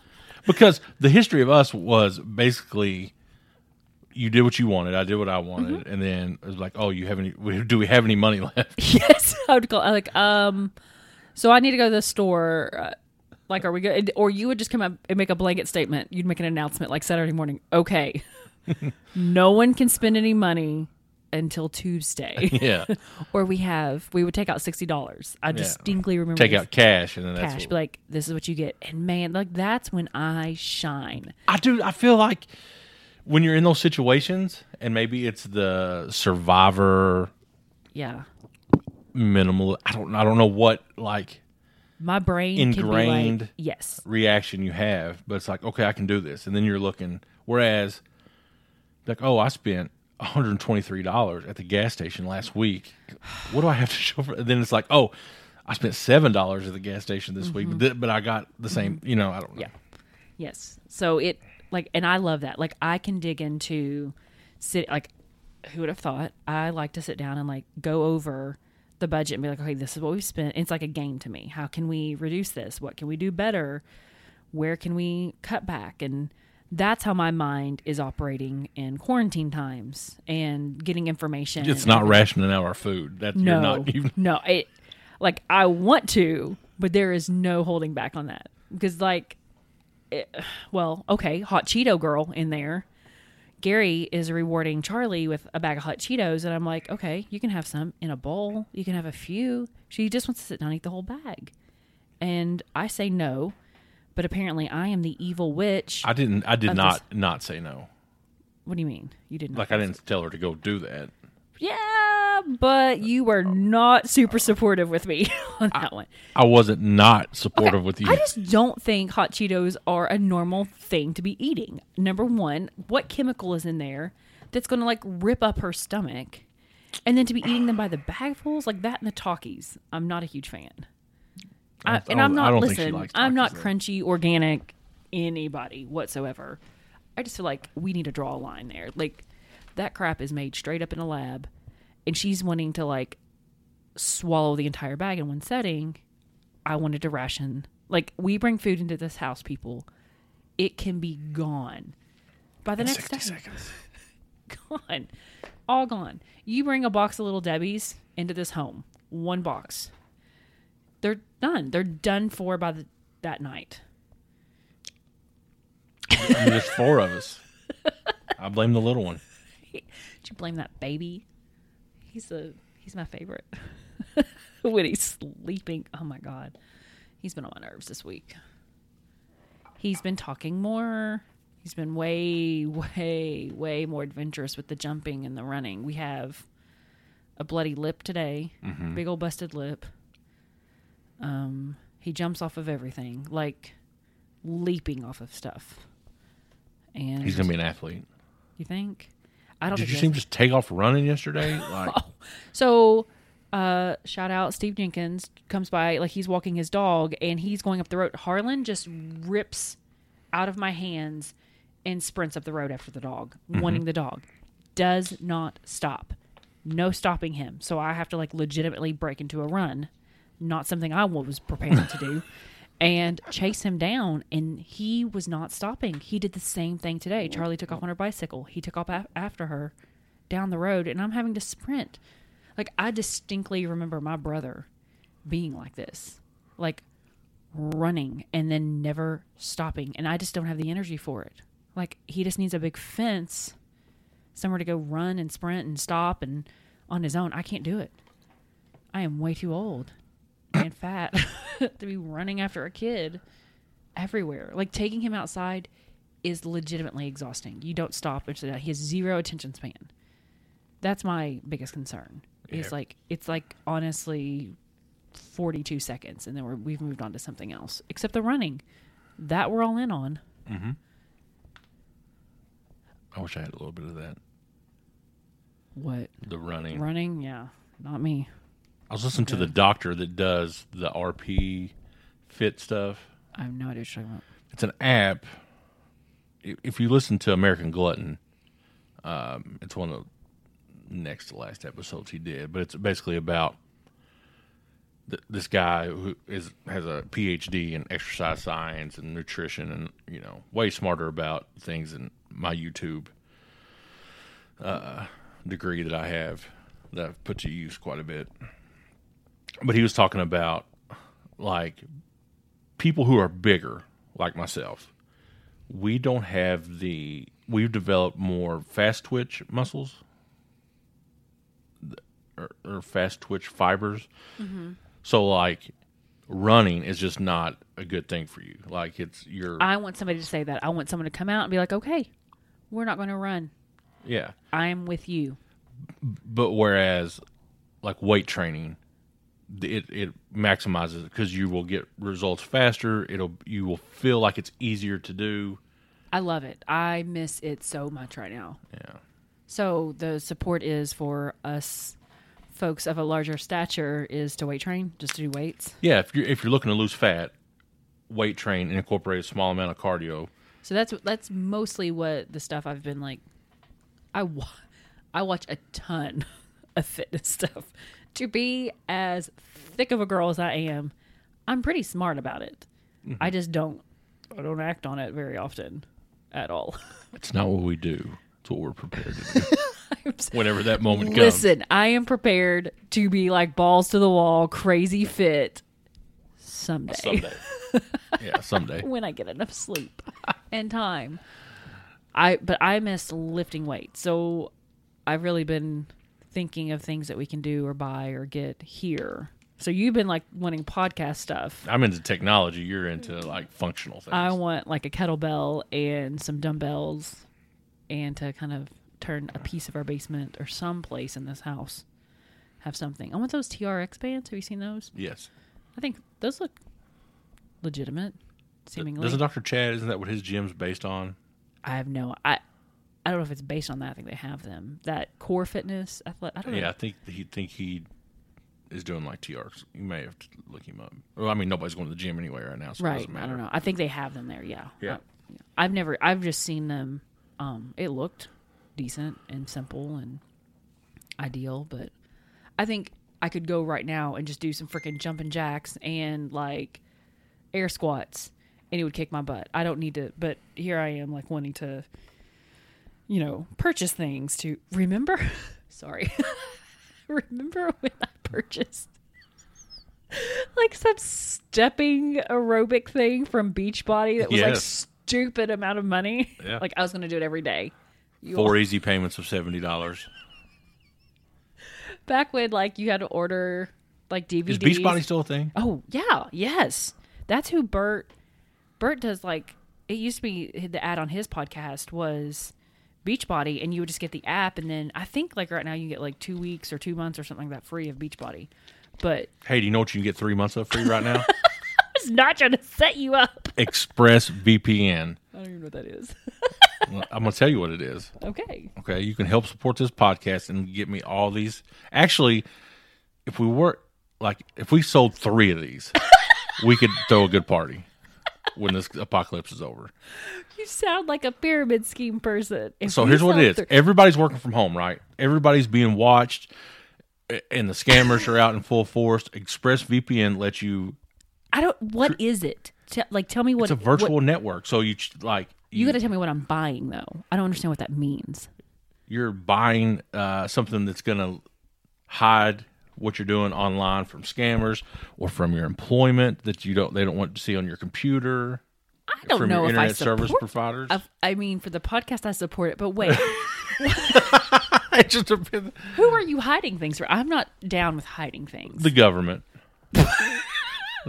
Speaker 3: Because the history of us was basically you did what you wanted, I did what I wanted, and then it was like, oh, you have any? we- Do we have any money left?
Speaker 4: yes, I would call I like um. So I need to go to the store. Uh, like, are we good? Or you would just come up and make a blanket statement. You'd make an announcement like Saturday morning. Okay, no one can spend any money until Tuesday,
Speaker 3: yeah,
Speaker 4: or we have we would take out sixty dollars. I distinctly remember
Speaker 3: take
Speaker 4: this
Speaker 3: out cash, and then that's
Speaker 4: cash.
Speaker 3: what-
Speaker 4: Be like, this is what you get, and man, like that's when I shine.
Speaker 3: I do. I feel like when you're in those situations, and maybe it's the survivor
Speaker 4: Yeah,
Speaker 3: minimal. I don't. I don't know what like
Speaker 4: my brain can be like,
Speaker 3: Ingrained.
Speaker 4: yes,
Speaker 3: reaction you have, but it's like, okay, I can do this. And then you're looking. Whereas, like, oh, I spent $123 at the gas station last week. What do I have to show for? And then it's like, oh, I spent $7 at the gas station this week, but, th- but I got the same, you know, I don't know.
Speaker 4: Mm-hmm. Yeah. Yes. So it like and I love that. Like I can dig into sit like who would have thought? I like to sit down and like go over the budget and be like, okay, this is what we've spent. It's like a game to me. How can we reduce this? What can we do better? Where can we cut back? And that's how my mind is operating in quarantine times and getting information.
Speaker 3: It's not rationing out our food. That you're
Speaker 4: no,
Speaker 3: not even.
Speaker 4: no. It like I want to, but there is no holding back on that because like, it, well, okay, hot Cheeto girl in there. Gary is rewarding Charlie with a bag of hot Cheetos, and I'm like, okay, you can have some in a bowl. You can have a few. She just wants to sit down and eat the whole bag, and I say no, but apparently I am the evil witch.
Speaker 3: I didn't. I did
Speaker 4: Of
Speaker 3: not not say no.
Speaker 4: what do you mean? You didn't
Speaker 3: Like I didn't tell her to go do that.
Speaker 4: but you were not super supportive with me on that one.
Speaker 3: I wasn't not supportive
Speaker 4: Okay,
Speaker 3: with you.
Speaker 4: I just don't think hot Cheetos are a normal thing to be eating. Number one, what chemical is in there that's going to like rip up her stomach? And then to be eating them by the bagfuls like that and the Talkies, I'm not a huge fan. I,
Speaker 3: don't-
Speaker 4: and I'm
Speaker 3: I
Speaker 4: not
Speaker 3: don't think she
Speaker 4: listen.
Speaker 3: likes
Speaker 4: I'm not
Speaker 3: Takis, though.
Speaker 4: crunchy organic anybody whatsoever. I just feel like we need to draw a line there. Like that crap is made straight up in a lab, and she's wanting to like swallow the entire bag in one setting. I wanted to ration. Like we bring food into this house, people. It can be gone by the next
Speaker 3: 60
Speaker 4: day.
Speaker 3: seconds.
Speaker 4: Gone, all gone. You bring a box of little debbies into this home. One box. They're done. They're done for by the, that night.
Speaker 3: I mean, there's four of us. I blame the little one.
Speaker 4: Did you blame that baby? He's a he's my favorite. when he's sleeping, oh my god, he's been on my nerves this week. He's been talking more. He's been way, way, way more adventurous with the jumping and the running. We have a bloody lip today,
Speaker 3: Mm-hmm.
Speaker 4: big old busted lip. Um, he jumps off of everything, like leaping off of stuff. And
Speaker 3: He's gonna be an athlete.
Speaker 4: you think? I don't.
Speaker 3: Did
Speaker 4: think
Speaker 3: you
Speaker 4: he
Speaker 3: see him
Speaker 4: has-
Speaker 3: just take off running yesterday? Like,
Speaker 4: So, uh, shout out Steve Jenkins comes by, like he's walking his dog and he's going up the road. Harlan just rips out of my hands and sprints up the road after the dog, wanting the dog. Does not stop. No stopping him. So I have to like legitimately break into a run, not something I was prepared to do, and chase him down. And he was not stopping. He did the same thing today. Charlie took off on her bicycle. He took off af- after her down the road, and I'm having to sprint. Like I distinctly remember my brother being like this. Like running and then never stopping. And I just don't have the energy for it. Like he just needs a big fence somewhere to go run and sprint and stop and on his own. I can't do it. I am way too old and fat to be running after a kid everywhere. Like taking him outside is legitimately exhausting. You don't stop after that. He has zero attention span. That's my biggest concern. Is
Speaker 3: Yeah.
Speaker 4: like it's like honestly 42 seconds and then we're, we've moved on to something else except the running that we're all in on
Speaker 3: I wish I had a little bit of that.
Speaker 4: what
Speaker 3: The running.
Speaker 4: running yeah not me
Speaker 3: I was listening to the doctor that does the RP fit stuff.
Speaker 4: i have no idea what you're talking about
Speaker 3: It's an app. I- If you listen to American Glutton, um, it's one of the next to last episodes he did, but it's basically about th- this guy who is has a PhD in exercise science and nutrition, and you know, way smarter about things than my YouTube uh, degree that I have that I've put to use quite a bit. But he was talking about like people who are bigger, like myself, we don't have the we've developed more fast twitch muscles th- or, or fast twitch fibers. So like running is just not a good thing for you. Like it's your
Speaker 4: i want somebody to say that i want someone to come out and be like okay we're not going to run
Speaker 3: yeah.
Speaker 4: i'm with you
Speaker 3: But whereas like weight training it it maximizes because you will get results faster. It'll you will feel like it's easier to do.
Speaker 4: i love it i miss it so much right now
Speaker 3: Yeah.
Speaker 4: so the support is for us folks of a larger stature is to weight train just to do weights
Speaker 3: Yeah, if you're if you're looking to lose fat, weight train and incorporate a small amount of cardio.
Speaker 4: So that's that's mostly what the stuff I've been like. I wa- I watch a ton of fitness stuff. To be as thick of a girl as I am, I'm pretty smart about it. I just don't I don't act on it very often at all.
Speaker 3: It's not what we do. It's what we're prepared to do.
Speaker 4: I'm so-
Speaker 3: Whenever that moment comes.
Speaker 4: Listen, I am prepared to be like balls to the wall, crazy fit someday.
Speaker 3: Someday. yeah, someday.
Speaker 4: when I get enough sleep and time. I but I miss lifting weights. So I've really been thinking of things that we can do or buy or get here. So you've been like wanting podcast stuff.
Speaker 3: I'm into technology. You're into like functional things.
Speaker 4: I want like a kettlebell and some dumbbells and to kind of turn a piece of our basement or some place in this house have something. I want those TRX bands. Have you seen those?
Speaker 3: Yes.
Speaker 4: I think those look legitimate. Seemingly,
Speaker 3: Doesn't Dr. Chad, isn't that what his gym's based on?
Speaker 4: I have no. I I don't know if it's based on that. I think they have them. That core fitness. Athlete, I don't
Speaker 3: Yeah,
Speaker 4: know.
Speaker 3: I think he think he is doing like TRs. You may have to look him up. Well, I mean, nobody's going to the gym anyway right now, so it
Speaker 4: Right.
Speaker 3: doesn't
Speaker 4: I
Speaker 3: matter.
Speaker 4: don't know. I think they have them there. Yeah.
Speaker 3: Yeah.
Speaker 4: I, have never. I've just seen them. Um, it looked decent and simple and ideal, but I think I could go right now and just do some freaking jumping jacks and like air squats, and it would kick my butt. I don't need to, but here I am, like wanting to, you know, purchase things to remember. Sorry, remember when I purchased like some stepping aerobic thing from Beachbody that was like
Speaker 3: Yes.
Speaker 4: stupid amount of money.
Speaker 3: Yeah.
Speaker 4: like I was going to do it every day. You
Speaker 3: Four easy payments of seventy dollars.
Speaker 4: back when like you had to order like DVDs.
Speaker 3: Is Beachbody still a thing?
Speaker 4: Oh yeah, yes. That's who Bert. Bert does like it used to be. The ad on his podcast was Beachbody, and you would just get the app, and then I think like right now you get like two weeks or two months or something like that free of Beachbody. But
Speaker 3: Hey, do you know what you can get three months of free right now?
Speaker 4: it's not trying to set you up.
Speaker 3: Express VPN.
Speaker 4: I don't even know what that is.
Speaker 3: Well, I'm gonna tell you what it is.
Speaker 4: okay.
Speaker 3: Okay, you can help support this podcast and get me all these. Actually, if we were like, if we sold three of these, we could throw a good party when this apocalypse is over.
Speaker 4: You sound like a pyramid scheme person. If
Speaker 3: So
Speaker 4: you
Speaker 3: here's what
Speaker 4: sound
Speaker 3: it is:
Speaker 4: through-
Speaker 3: everybody's working from home, right? Everybody's being watched, a- and the scammers are out in full force. ExpressVPN lets you.
Speaker 4: I don't. What is it? Te- like, tell me what.
Speaker 3: It's a
Speaker 4: what-
Speaker 3: virtual network, so you ch- like
Speaker 4: you got to tell me what I'm buying though. I don't understand what that means.
Speaker 3: you're buying uh, something that's going to hide what you're doing online from scammers or from your employment that you don't they don't want to see on your computer
Speaker 4: I don't
Speaker 3: from
Speaker 4: know
Speaker 3: your
Speaker 4: if I
Speaker 3: internet
Speaker 4: support
Speaker 3: service providers.
Speaker 4: I, I mean, for the podcast, I support it. But wait,
Speaker 3: It just depends-
Speaker 4: who are you hiding things for? I'm not down with hiding things.
Speaker 3: the government,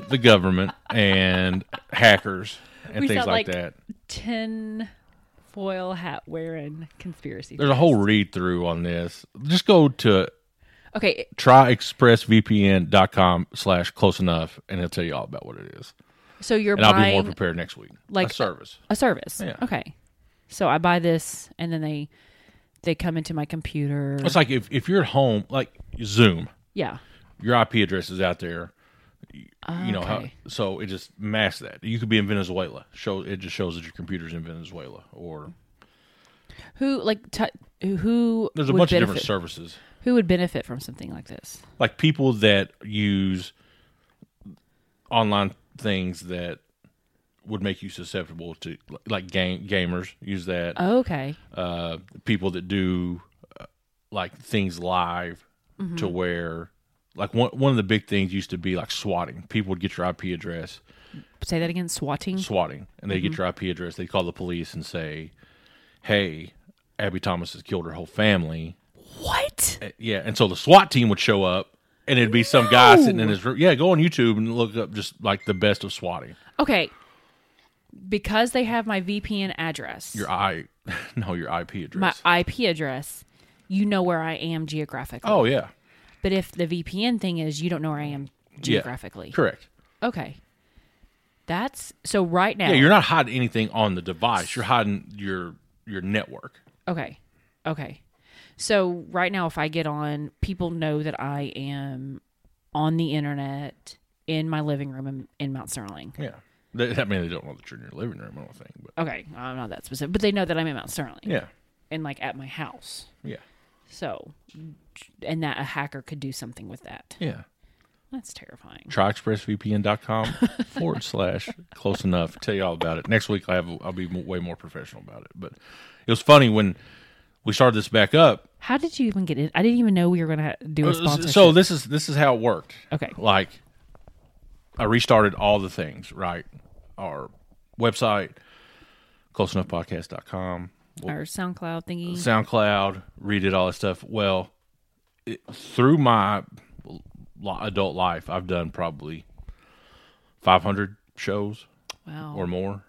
Speaker 3: the government, and hackers and
Speaker 4: We
Speaker 3: things
Speaker 4: sound
Speaker 3: like,
Speaker 4: like-
Speaker 3: that.
Speaker 4: Tin foil hat wearing conspiracy.
Speaker 3: There's a whole read through on this. Just go to
Speaker 4: Okay,
Speaker 3: tryexpressvpn.com slash close enough and it'll tell you all about what it is.
Speaker 4: so you're
Speaker 3: And I'll be more
Speaker 4: buying
Speaker 3: prepared next week.
Speaker 4: like- uh,
Speaker 3: a service.
Speaker 4: a service.
Speaker 3: Yeah.
Speaker 4: Okay, so I buy this, and then they they come into my computer.
Speaker 3: It's like if, if you're at home, like Zoom,
Speaker 4: yeah.
Speaker 3: your IP address is out there. You know how
Speaker 4: Ah, Okay.
Speaker 3: so it just masks that. You could be in Venezuela. Show it just shows that your computer's in Venezuela or
Speaker 4: Who like t- who?
Speaker 3: there's a
Speaker 4: would
Speaker 3: bunch of
Speaker 4: benefit,
Speaker 3: different services.
Speaker 4: Who would benefit from something like this?
Speaker 3: Like people that use online things that would make you susceptible to like game gamers use that.
Speaker 4: Okay,
Speaker 3: uh, people that do uh, like things live to where like one one of the big things used to be like swatting. People would get your IP address,
Speaker 4: say that again. Swatting.
Speaker 3: swatting, and they get your IP address. They call the police and say, "Hey, Abby Thomas has killed her whole family."
Speaker 4: what?
Speaker 3: Uh, Yeah, and so the SWAT team would show up. And it'd be some guy sitting in his room. Yeah, go on YouTube and look up just like the best of swatting.
Speaker 4: Okay. Because they have my VPN address,
Speaker 3: Your I, no, your IP
Speaker 4: my
Speaker 3: address.
Speaker 4: IP address, you know where I am geographically.
Speaker 3: oh yeah,
Speaker 4: But if the VPN thing is you don't know where I am geographically.
Speaker 3: correct.
Speaker 4: Okay. That's so right now.
Speaker 3: Yeah, you're not hiding anything on the device. You're hiding your your network.
Speaker 4: Okay. Okay. So right now if I get on, people know that I am on the internet in my living room in, in Mount Sterling.
Speaker 3: Yeah. They, I mean, they don't know that you're in your living room. I don't think, but
Speaker 4: Okay, I'm not that specific, but they know that I'm in Mount Sterling
Speaker 3: yeah,
Speaker 4: and like at my house.
Speaker 3: yeah,
Speaker 4: So, and that a hacker could do something with that.
Speaker 3: yeah.
Speaker 4: That's terrifying.
Speaker 3: TryExpressVPN.com forward slash close enough. Tell you all about it next week. I have I'll be m- way more professional about it. But it was funny when we started this back up.
Speaker 4: How did you even get in? I didn't even know we were going to do a sponsorship.
Speaker 3: Uh, So this is this is how it worked.
Speaker 4: Okay.
Speaker 3: Like I restarted all the things, right? Our website, closenoughpodcast.com.
Speaker 4: our SoundCloud thingy.
Speaker 3: SoundCloud, read it, all that stuff. Well, it, through my li- adult life, I've done probably 500 shows
Speaker 4: wow,
Speaker 3: or more.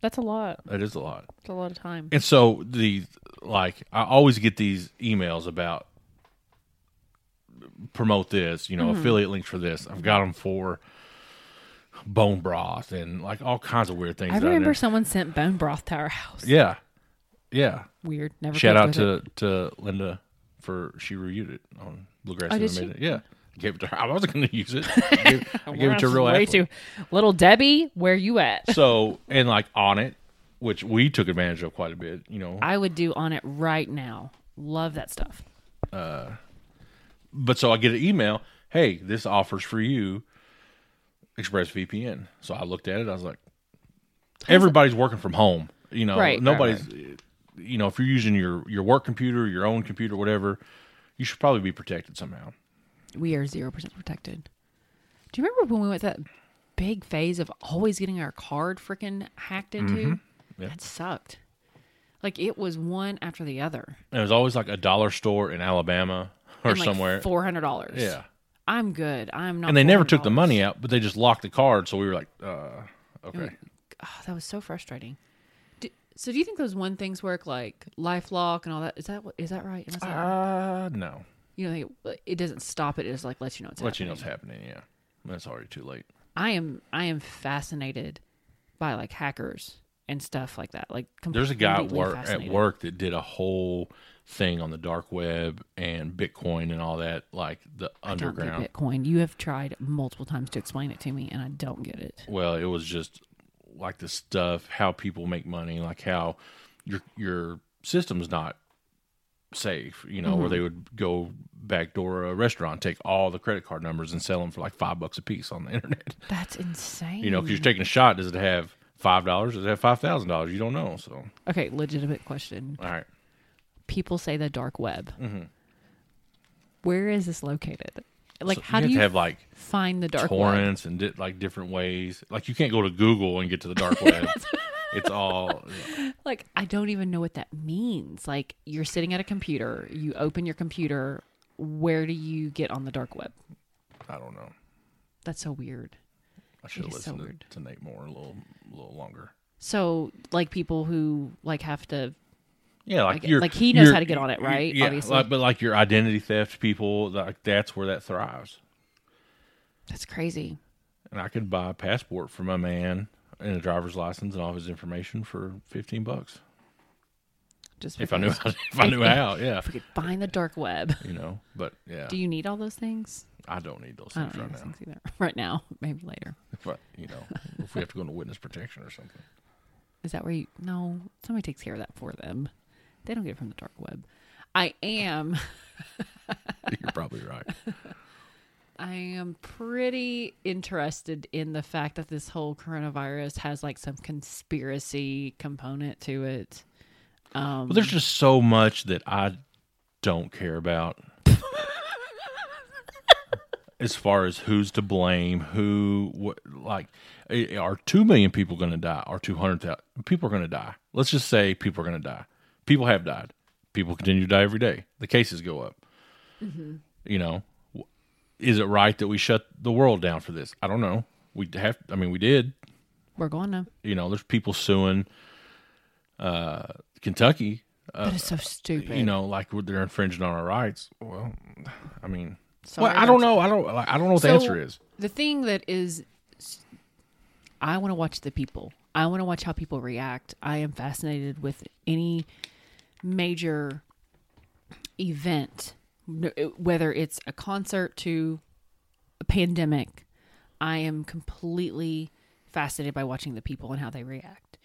Speaker 4: that's a lot.
Speaker 3: That is a lot.
Speaker 4: That's a lot of time.
Speaker 3: And so the like, I always get these emails about promote this, you know,
Speaker 4: Mm-hmm.
Speaker 3: affiliate links for this. I've got them for bone broth and like all kinds of weird things.
Speaker 4: I
Speaker 3: down there.
Speaker 4: remember someone sent bone broth to our house.
Speaker 3: Yeah, yeah.
Speaker 4: Weird. Never.
Speaker 3: Shout
Speaker 4: cooked
Speaker 3: out
Speaker 4: with it.
Speaker 3: to to Linda for she reviewed it on Bluegrass
Speaker 4: Oh, did
Speaker 3: Animated. Yeah, I gave it to her. I wasn't going to use it. I gave, I gave it to a
Speaker 4: We're
Speaker 3: real
Speaker 4: way
Speaker 3: athlete.
Speaker 4: too little Debbie. Where you at?
Speaker 3: So and like on it, which we took advantage of quite a bit. You know,
Speaker 4: I would do on it right now. Love that stuff.
Speaker 3: but so I get an email, hey, this offer's for you, ExpressVPN. So I looked at it, I was like, everybody's working from home, you know,
Speaker 4: Right, right,
Speaker 3: nobody's, you know, if you're using your your work computer, your own computer, whatever, you should probably be protected somehow.
Speaker 4: We are zero percent protected. Do you remember when we went that big phase of always getting our card freaking hacked into?
Speaker 3: Mm-hmm.
Speaker 4: That sucked. Like it was one after the other.
Speaker 3: And there's always like a dollar store in Alabama or
Speaker 4: And, like,
Speaker 3: somewhere,
Speaker 4: Four hundred dollars.
Speaker 3: yeah.
Speaker 4: I'm good. I'm not.
Speaker 3: And they never took the
Speaker 4: $400.
Speaker 3: money out, but they just locked the card. So we were like, uh, okay,
Speaker 4: Oh, that was so frustrating. Do, so do you think those one things work like LifeLock and all that? Is that what- is that right? Am I saying-
Speaker 3: uh, no,
Speaker 4: you know, they- it doesn't stop it. It just like lets you know it's
Speaker 3: let you
Speaker 4: happening.
Speaker 3: know what's happening. Yeah, that's already too late.
Speaker 4: I am I am fascinated by like hackers and stuff like that. Like
Speaker 3: There's a guy at
Speaker 4: completely
Speaker 3: work at
Speaker 4: fascinated.
Speaker 3: work that did a whole thing on the dark web and Bitcoin and all that, like the
Speaker 4: Don't get
Speaker 3: underground.
Speaker 4: Bitcoin. You have tried multiple times to explain it to me, and I don't get it.
Speaker 3: Well, it was just like the stuff how people make money, like how your your system's not safe, you know,
Speaker 4: Mm-hmm.
Speaker 3: where they would go backdoor a restaurant, take all the credit card numbers and sell them for like five bucks a piece on the internet.
Speaker 4: That's insane.
Speaker 3: You know, because you're taking a shot. Does it have five dollars? Does it have five thousand dollars? You don't know. So, all
Speaker 4: okay, legitimate question.
Speaker 3: right.
Speaker 4: People say the dark web.
Speaker 3: Mm-hmm.
Speaker 4: Where is this located? Like,
Speaker 3: So
Speaker 4: how
Speaker 3: you
Speaker 4: do
Speaker 3: have
Speaker 4: you
Speaker 3: to have like
Speaker 4: find the dark web?
Speaker 3: torrents and di- like different ways. Like you can't go to Google and get to the dark web. it's all
Speaker 4: Like, I don't even know what that means. Like, you're sitting at a computer. You open your computer. Where do you get on the dark web?
Speaker 3: I don't know.
Speaker 4: That's so weird.
Speaker 3: I should
Speaker 4: It
Speaker 3: have
Speaker 4: is so
Speaker 3: listened
Speaker 4: weird.
Speaker 3: to, to Nate Moore a little a little longer.
Speaker 4: So, like people who like have to,
Speaker 3: Yeah, like
Speaker 4: Like-
Speaker 3: your-
Speaker 4: like he knows
Speaker 3: your-
Speaker 4: how to get on it,
Speaker 3: your-
Speaker 4: right?
Speaker 3: Yeah,
Speaker 4: Obviously.
Speaker 3: like- but like your identity theft people, like that's where that thrives.
Speaker 4: that's crazy.
Speaker 3: And I could buy a passport for my man and a driver's license and all his information for fifteen bucks
Speaker 4: Just
Speaker 3: if I knew
Speaker 4: because
Speaker 3: how, if I knew how. Yeah,
Speaker 4: we could find the dark web.
Speaker 3: you know. But yeah,
Speaker 4: Do you need all those things?
Speaker 3: I don't need those
Speaker 4: I don't
Speaker 3: things
Speaker 4: need
Speaker 3: right
Speaker 4: those
Speaker 3: now.
Speaker 4: things either. Right now, maybe later.
Speaker 3: But you know, if we have to go into witness protection or something.
Speaker 4: Is that where you? No, somebody takes care of that for them. They don't get it from the dark web. I am.
Speaker 3: You're probably right.
Speaker 4: I am pretty interested in the fact that this whole coronavirus has like some conspiracy component to it.
Speaker 3: Well, there's just so much that I don't care about. as far as who's to blame, who, what, like, eh, are 2 million people going to die? Are 200,000 people are going to die? Let's just say people are going to die. People have died. People continue to die every day. The cases go up. You know, w- is it right that we shut the world down for this? I don't know. We have, I mean, we did
Speaker 4: We're going to,
Speaker 3: you know there's people suing uh kentucky
Speaker 4: but it's so stupid.
Speaker 3: Uh, you know like they're infringing on our rights well i mean
Speaker 4: Sorry,
Speaker 3: well, i don't
Speaker 4: that's-
Speaker 3: know i don't like, i don't know what the
Speaker 4: So,
Speaker 3: answer is
Speaker 4: The thing that is, I want to watch the people. I want to watch how people react. I am fascinated with any major event, no- whether it's a concert to a pandemic. I am completely fascinated by watching the people and how they react.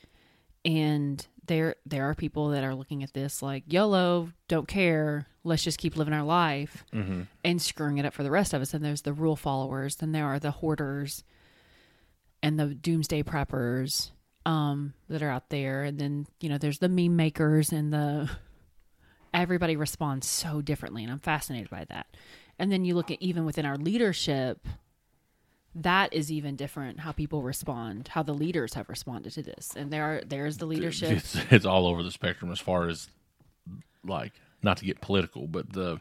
Speaker 4: And there, there are people that are looking at this like YOLO, don't care. Let's just keep living our life and screwing it up for the rest of us. And there's the rule followers, then there are the hoarders and the doomsday preppers um, that are out there. And then, you know, there's the meme makers and the everybody responds so differently. And I'm fascinated by that. And then you look at even within our leadership, that is even different how people respond, how the leaders have responded to this. And there are there's the leadership.
Speaker 3: it's, it's all over the spectrum as far as like not to get political but the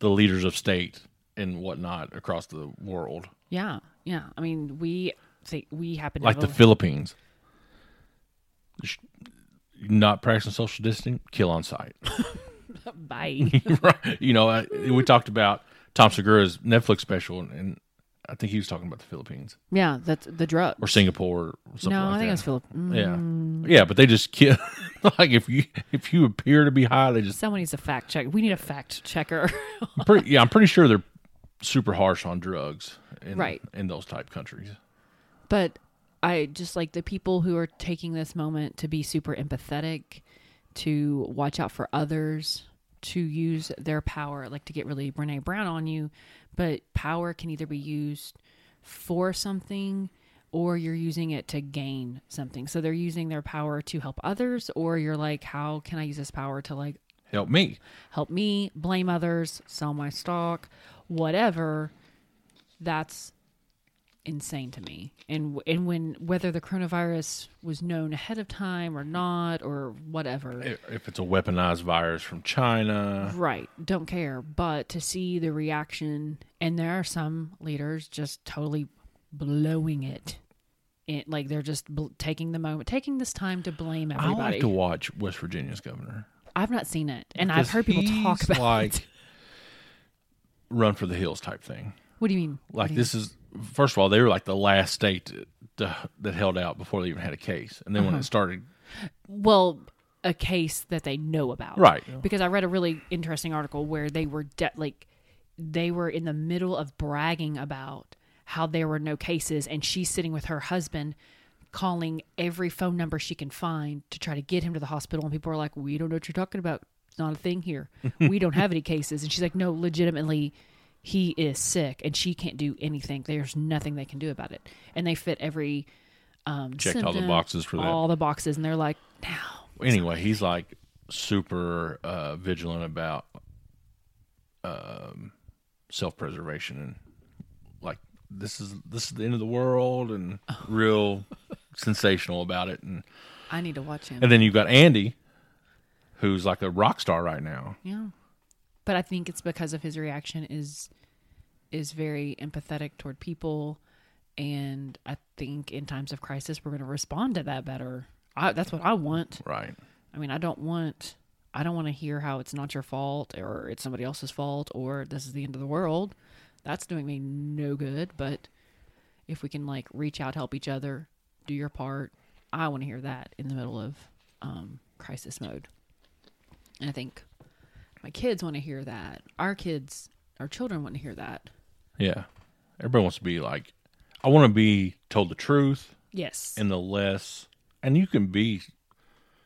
Speaker 3: the leaders of state and whatnot across the world
Speaker 4: Yeah. Yeah. I mean, we think we happen to
Speaker 3: like
Speaker 4: have
Speaker 3: the
Speaker 4: a-
Speaker 3: philippines Sh- not practicing social distancing kill on site
Speaker 4: bye.
Speaker 3: Right. you know, I, we talked about Tom Segura's Netflix special, and, and I think he was talking about the Philippines
Speaker 4: Yeah, that's the drug.
Speaker 3: or Singapore or something.
Speaker 4: no,
Speaker 3: like
Speaker 4: I think
Speaker 3: that.
Speaker 4: it was Philip. Mm,
Speaker 3: Yeah, yeah, but they just kill. like if you if you appear to be high, they just
Speaker 4: Someone needs a fact check. We need a fact checker.
Speaker 3: I'm pretty. Yeah, I'm pretty sure they're super harsh on drugs. In,
Speaker 4: Right.
Speaker 3: in those type countries.
Speaker 4: but I just like the people who are taking this moment to be super empathetic, to watch out for others, to use their power, like to get really Brene Brown on you. But power can either be used for something or you're using it to gain something. So they're using their power to help others, or you're like, how can I use this power to like
Speaker 3: Help me.
Speaker 4: help me, blame others, sell my stock, whatever. That's insane to me. And and when whether the coronavirus was known ahead of time or not or whatever,
Speaker 3: If it's a weaponized virus from China,
Speaker 4: right? Don't care. But to see the reaction, and there are some leaders just totally blowing it. It, like they're just bl- taking the moment, taking this time to blame
Speaker 3: I
Speaker 4: everybody.
Speaker 3: like to watch West Virginia's governor.
Speaker 4: I've not seen it, and I've
Speaker 3: 'Cause
Speaker 4: heard people talk
Speaker 3: he's
Speaker 4: about.
Speaker 3: like
Speaker 4: it.
Speaker 3: run for the hills type thing.
Speaker 4: What do you mean?
Speaker 3: Like this is first of all, they were like the last state to, to, that held out before they even had a case, and then
Speaker 4: Uh-huh.
Speaker 3: when it started,
Speaker 4: well a case that they know about
Speaker 3: Right.
Speaker 4: because i read a really interesting article where they were de- like they were in the middle of bragging about how there were no cases and she's sitting with her husband calling every phone number she can find to try to get him to the hospital and people are like we don't know what you're talking about it's not a thing here we don't have any cases and she's like no legitimately he is sick and she can't do anything there's nothing they can do about it and they fit every um
Speaker 3: Checked all the
Speaker 4: symptom,
Speaker 3: boxes for that.
Speaker 4: all the boxes and they're like now
Speaker 3: anyway, he's like super uh, vigilant about um, self preservation and like this is this is the end of the world and real sensational about it and
Speaker 4: I need to watch him.
Speaker 3: and then you've got Andy who's like a rock star right now.
Speaker 4: yeah, but I think it's because of his reaction is is very empathetic toward people, and I think in times of crisis we're going to respond to that better. I, that's what I want.
Speaker 3: Right.
Speaker 4: I mean, I don't want I don't want to hear how it's not your fault or it's somebody else's fault or this is the end of the world. That's doing me no good. But if we can like reach out, help each other, do your part, I want to hear that in the middle of um, crisis mode. And I think my kids want to hear that. Our kids, our children want to hear that.
Speaker 3: Yeah. Everybody wants to be like I want to be told the truth
Speaker 4: Yes.
Speaker 3: and the less and you can be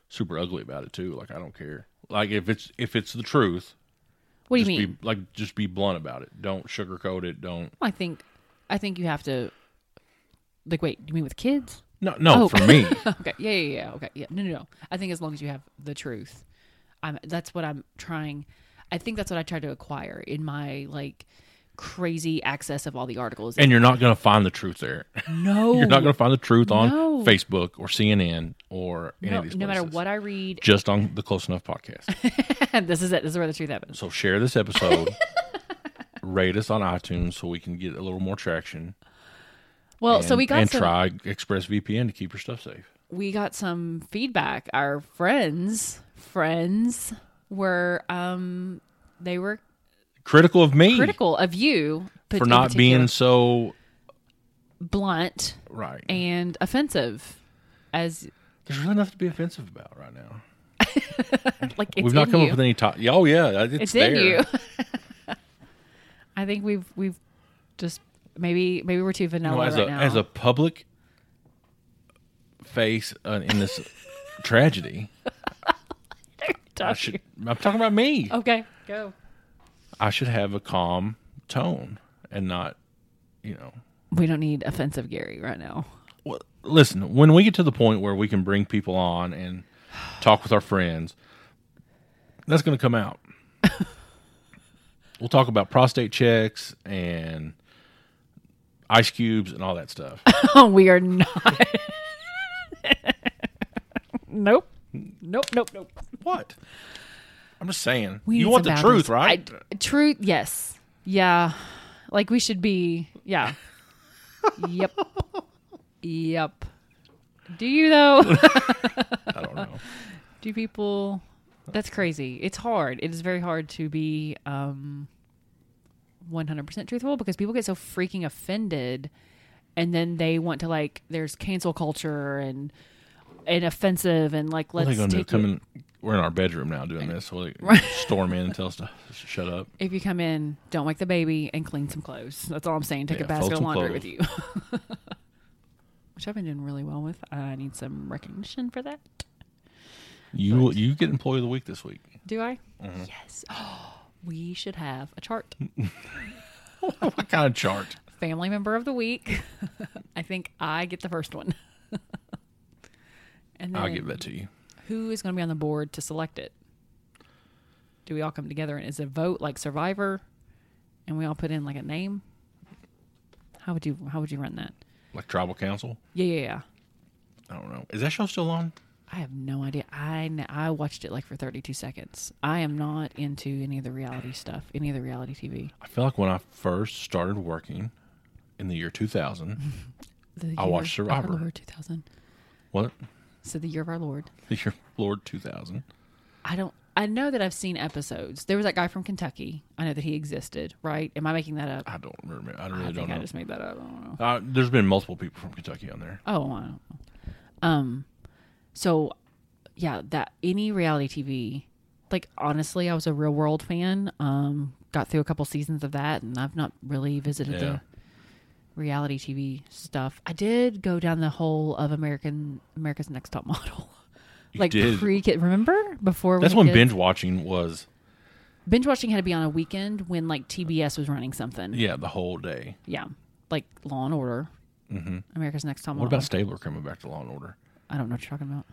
Speaker 3: super ugly about it too. Like I don't care. Like if it's if it's the truth,
Speaker 4: what do you
Speaker 3: just
Speaker 4: mean?
Speaker 3: Be, like, just be blunt about it. Don't sugarcoat it. Don't.
Speaker 4: I think, I think you have to. Like, wait, you mean with kids?
Speaker 3: No, no.
Speaker 4: Oh.
Speaker 3: For me,
Speaker 4: okay. Yeah, yeah, yeah. Okay. Yeah. No, no, no. I think as long as you have the truth, I'm. That's what I'm trying. I think that's what I try to acquire in my like crazy access of all the articles.
Speaker 3: and you're not going to find the truth there.
Speaker 4: no,
Speaker 3: You're not going to find the truth on
Speaker 4: No.
Speaker 3: Facebook or CNN or any
Speaker 4: no,
Speaker 3: of these.
Speaker 4: no matter
Speaker 3: places.
Speaker 4: what I read,
Speaker 3: Just on the Close Enough podcast.
Speaker 4: this is it. This is where the truth happens.
Speaker 3: so share this episode. rate us on iTunes so we can get a little more traction.
Speaker 4: Well,
Speaker 3: And,
Speaker 4: so we got
Speaker 3: and
Speaker 4: some.
Speaker 3: try ExpressVPN to keep your stuff safe.
Speaker 4: we got some feedback. Our friends, friends were um, they were
Speaker 3: Critical of me
Speaker 4: critical of you
Speaker 3: for not being so
Speaker 4: blunt
Speaker 3: right.
Speaker 4: and offensive. As
Speaker 3: There's really nothing to be offensive about right now.
Speaker 4: like it's
Speaker 3: We've not
Speaker 4: in
Speaker 3: come
Speaker 4: you.
Speaker 3: up with any top. Oh yeah, it's,
Speaker 4: it's
Speaker 3: there.
Speaker 4: in you. I think we've we've just maybe maybe we're too vanilla
Speaker 3: No, as
Speaker 4: right
Speaker 3: a
Speaker 4: now.
Speaker 3: as a public face uh, in this tragedy, I should. I'm talking about me.
Speaker 4: okay, go.
Speaker 3: I should have a calm tone and not, you know.
Speaker 4: We don't need offensive Gary right now.
Speaker 3: Well, listen, when we get to the point where we can bring people on and talk with our friends, that's going to come out. we'll talk about prostate checks and ice cubes and all that stuff.
Speaker 4: Oh, we are not. nope. Nope. Nope. Nope.
Speaker 3: what? I'm just saying.
Speaker 4: We
Speaker 3: you
Speaker 4: need
Speaker 3: want the
Speaker 4: some
Speaker 3: truth,
Speaker 4: boundaries.
Speaker 3: right?
Speaker 4: I- truth. Yes. Yeah. Like we should be. Yeah. yep. Yep. Do you though?
Speaker 3: I don't know.
Speaker 4: do people that's crazy it's hard it is very hard to be um 100% truthful because people get so freaking offended and then they want to like there's cancel culture and and offensive and like
Speaker 3: What
Speaker 4: let's
Speaker 3: are they going to do?
Speaker 4: take
Speaker 3: Come
Speaker 4: you-
Speaker 3: in. We're in our bedroom now doing this. So they storm in and tell us to shut up.
Speaker 4: if you come in, don't wake the baby and clean some clothes. That's all I'm saying. Take
Speaker 3: Yeah,
Speaker 4: a
Speaker 3: fold
Speaker 4: basket of
Speaker 3: some
Speaker 4: laundry
Speaker 3: clothes.
Speaker 4: with you. Which I've been doing really well with. I need some recognition for that.
Speaker 3: You you get employee of the week this week.
Speaker 4: Do I?
Speaker 3: Mm-hmm.
Speaker 4: Yes. we should have a chart.
Speaker 3: What kind of chart?
Speaker 4: Family member of the week. I think I get the first one. and then
Speaker 3: I'll give that to you.
Speaker 4: who is going to be on the board to select it? Do we all come together and is it a vote like Survivor, and we all put in like a name? How would you How would you run that?
Speaker 3: Like tribal council.
Speaker 4: Yeah, yeah, yeah.
Speaker 3: I don't know. Is that show still on?
Speaker 4: I have no idea. I kn- I watched it like for 32 seconds. I am not into any of the reality stuff, any of the reality TV.
Speaker 3: I feel like when I first started working in the year 2000.
Speaker 4: The
Speaker 3: I
Speaker 4: year
Speaker 3: watched
Speaker 4: of our
Speaker 3: Survivor.
Speaker 4: Lord 2000.
Speaker 3: what?
Speaker 4: So the year of our Lord.
Speaker 3: The year Lord 2000.
Speaker 4: I don't. I know that I've seen episodes. There was that guy from Kentucky. I know that he existed, right? Am I making that up?
Speaker 3: I don't remember. I really
Speaker 4: I
Speaker 3: don't
Speaker 4: think
Speaker 3: know.
Speaker 4: I just made that up. I don't know.
Speaker 3: Uh, there's been multiple people from Kentucky on there.
Speaker 4: Oh, I don't know. Um, so yeah, that any reality TV, like honestly, I was a Real World fan. Um, got through a couple seasons of that, and I've not really visited
Speaker 3: Yeah.
Speaker 4: the reality TV stuff. I did go down the whole of American America's Next Top Model, like
Speaker 3: did.
Speaker 4: pre kid. Remember before we
Speaker 3: That's
Speaker 4: had
Speaker 3: when
Speaker 4: kids?
Speaker 3: binge watching was,
Speaker 4: binge watching had to be on a weekend when like TBS was running something.
Speaker 3: yeah, the whole day.
Speaker 4: Yeah, like Law and Order, mm-hmm. America's Next Top
Speaker 3: What
Speaker 4: Model.
Speaker 3: about Stabler coming back to Law and Order?
Speaker 4: I don't know what you're talking about.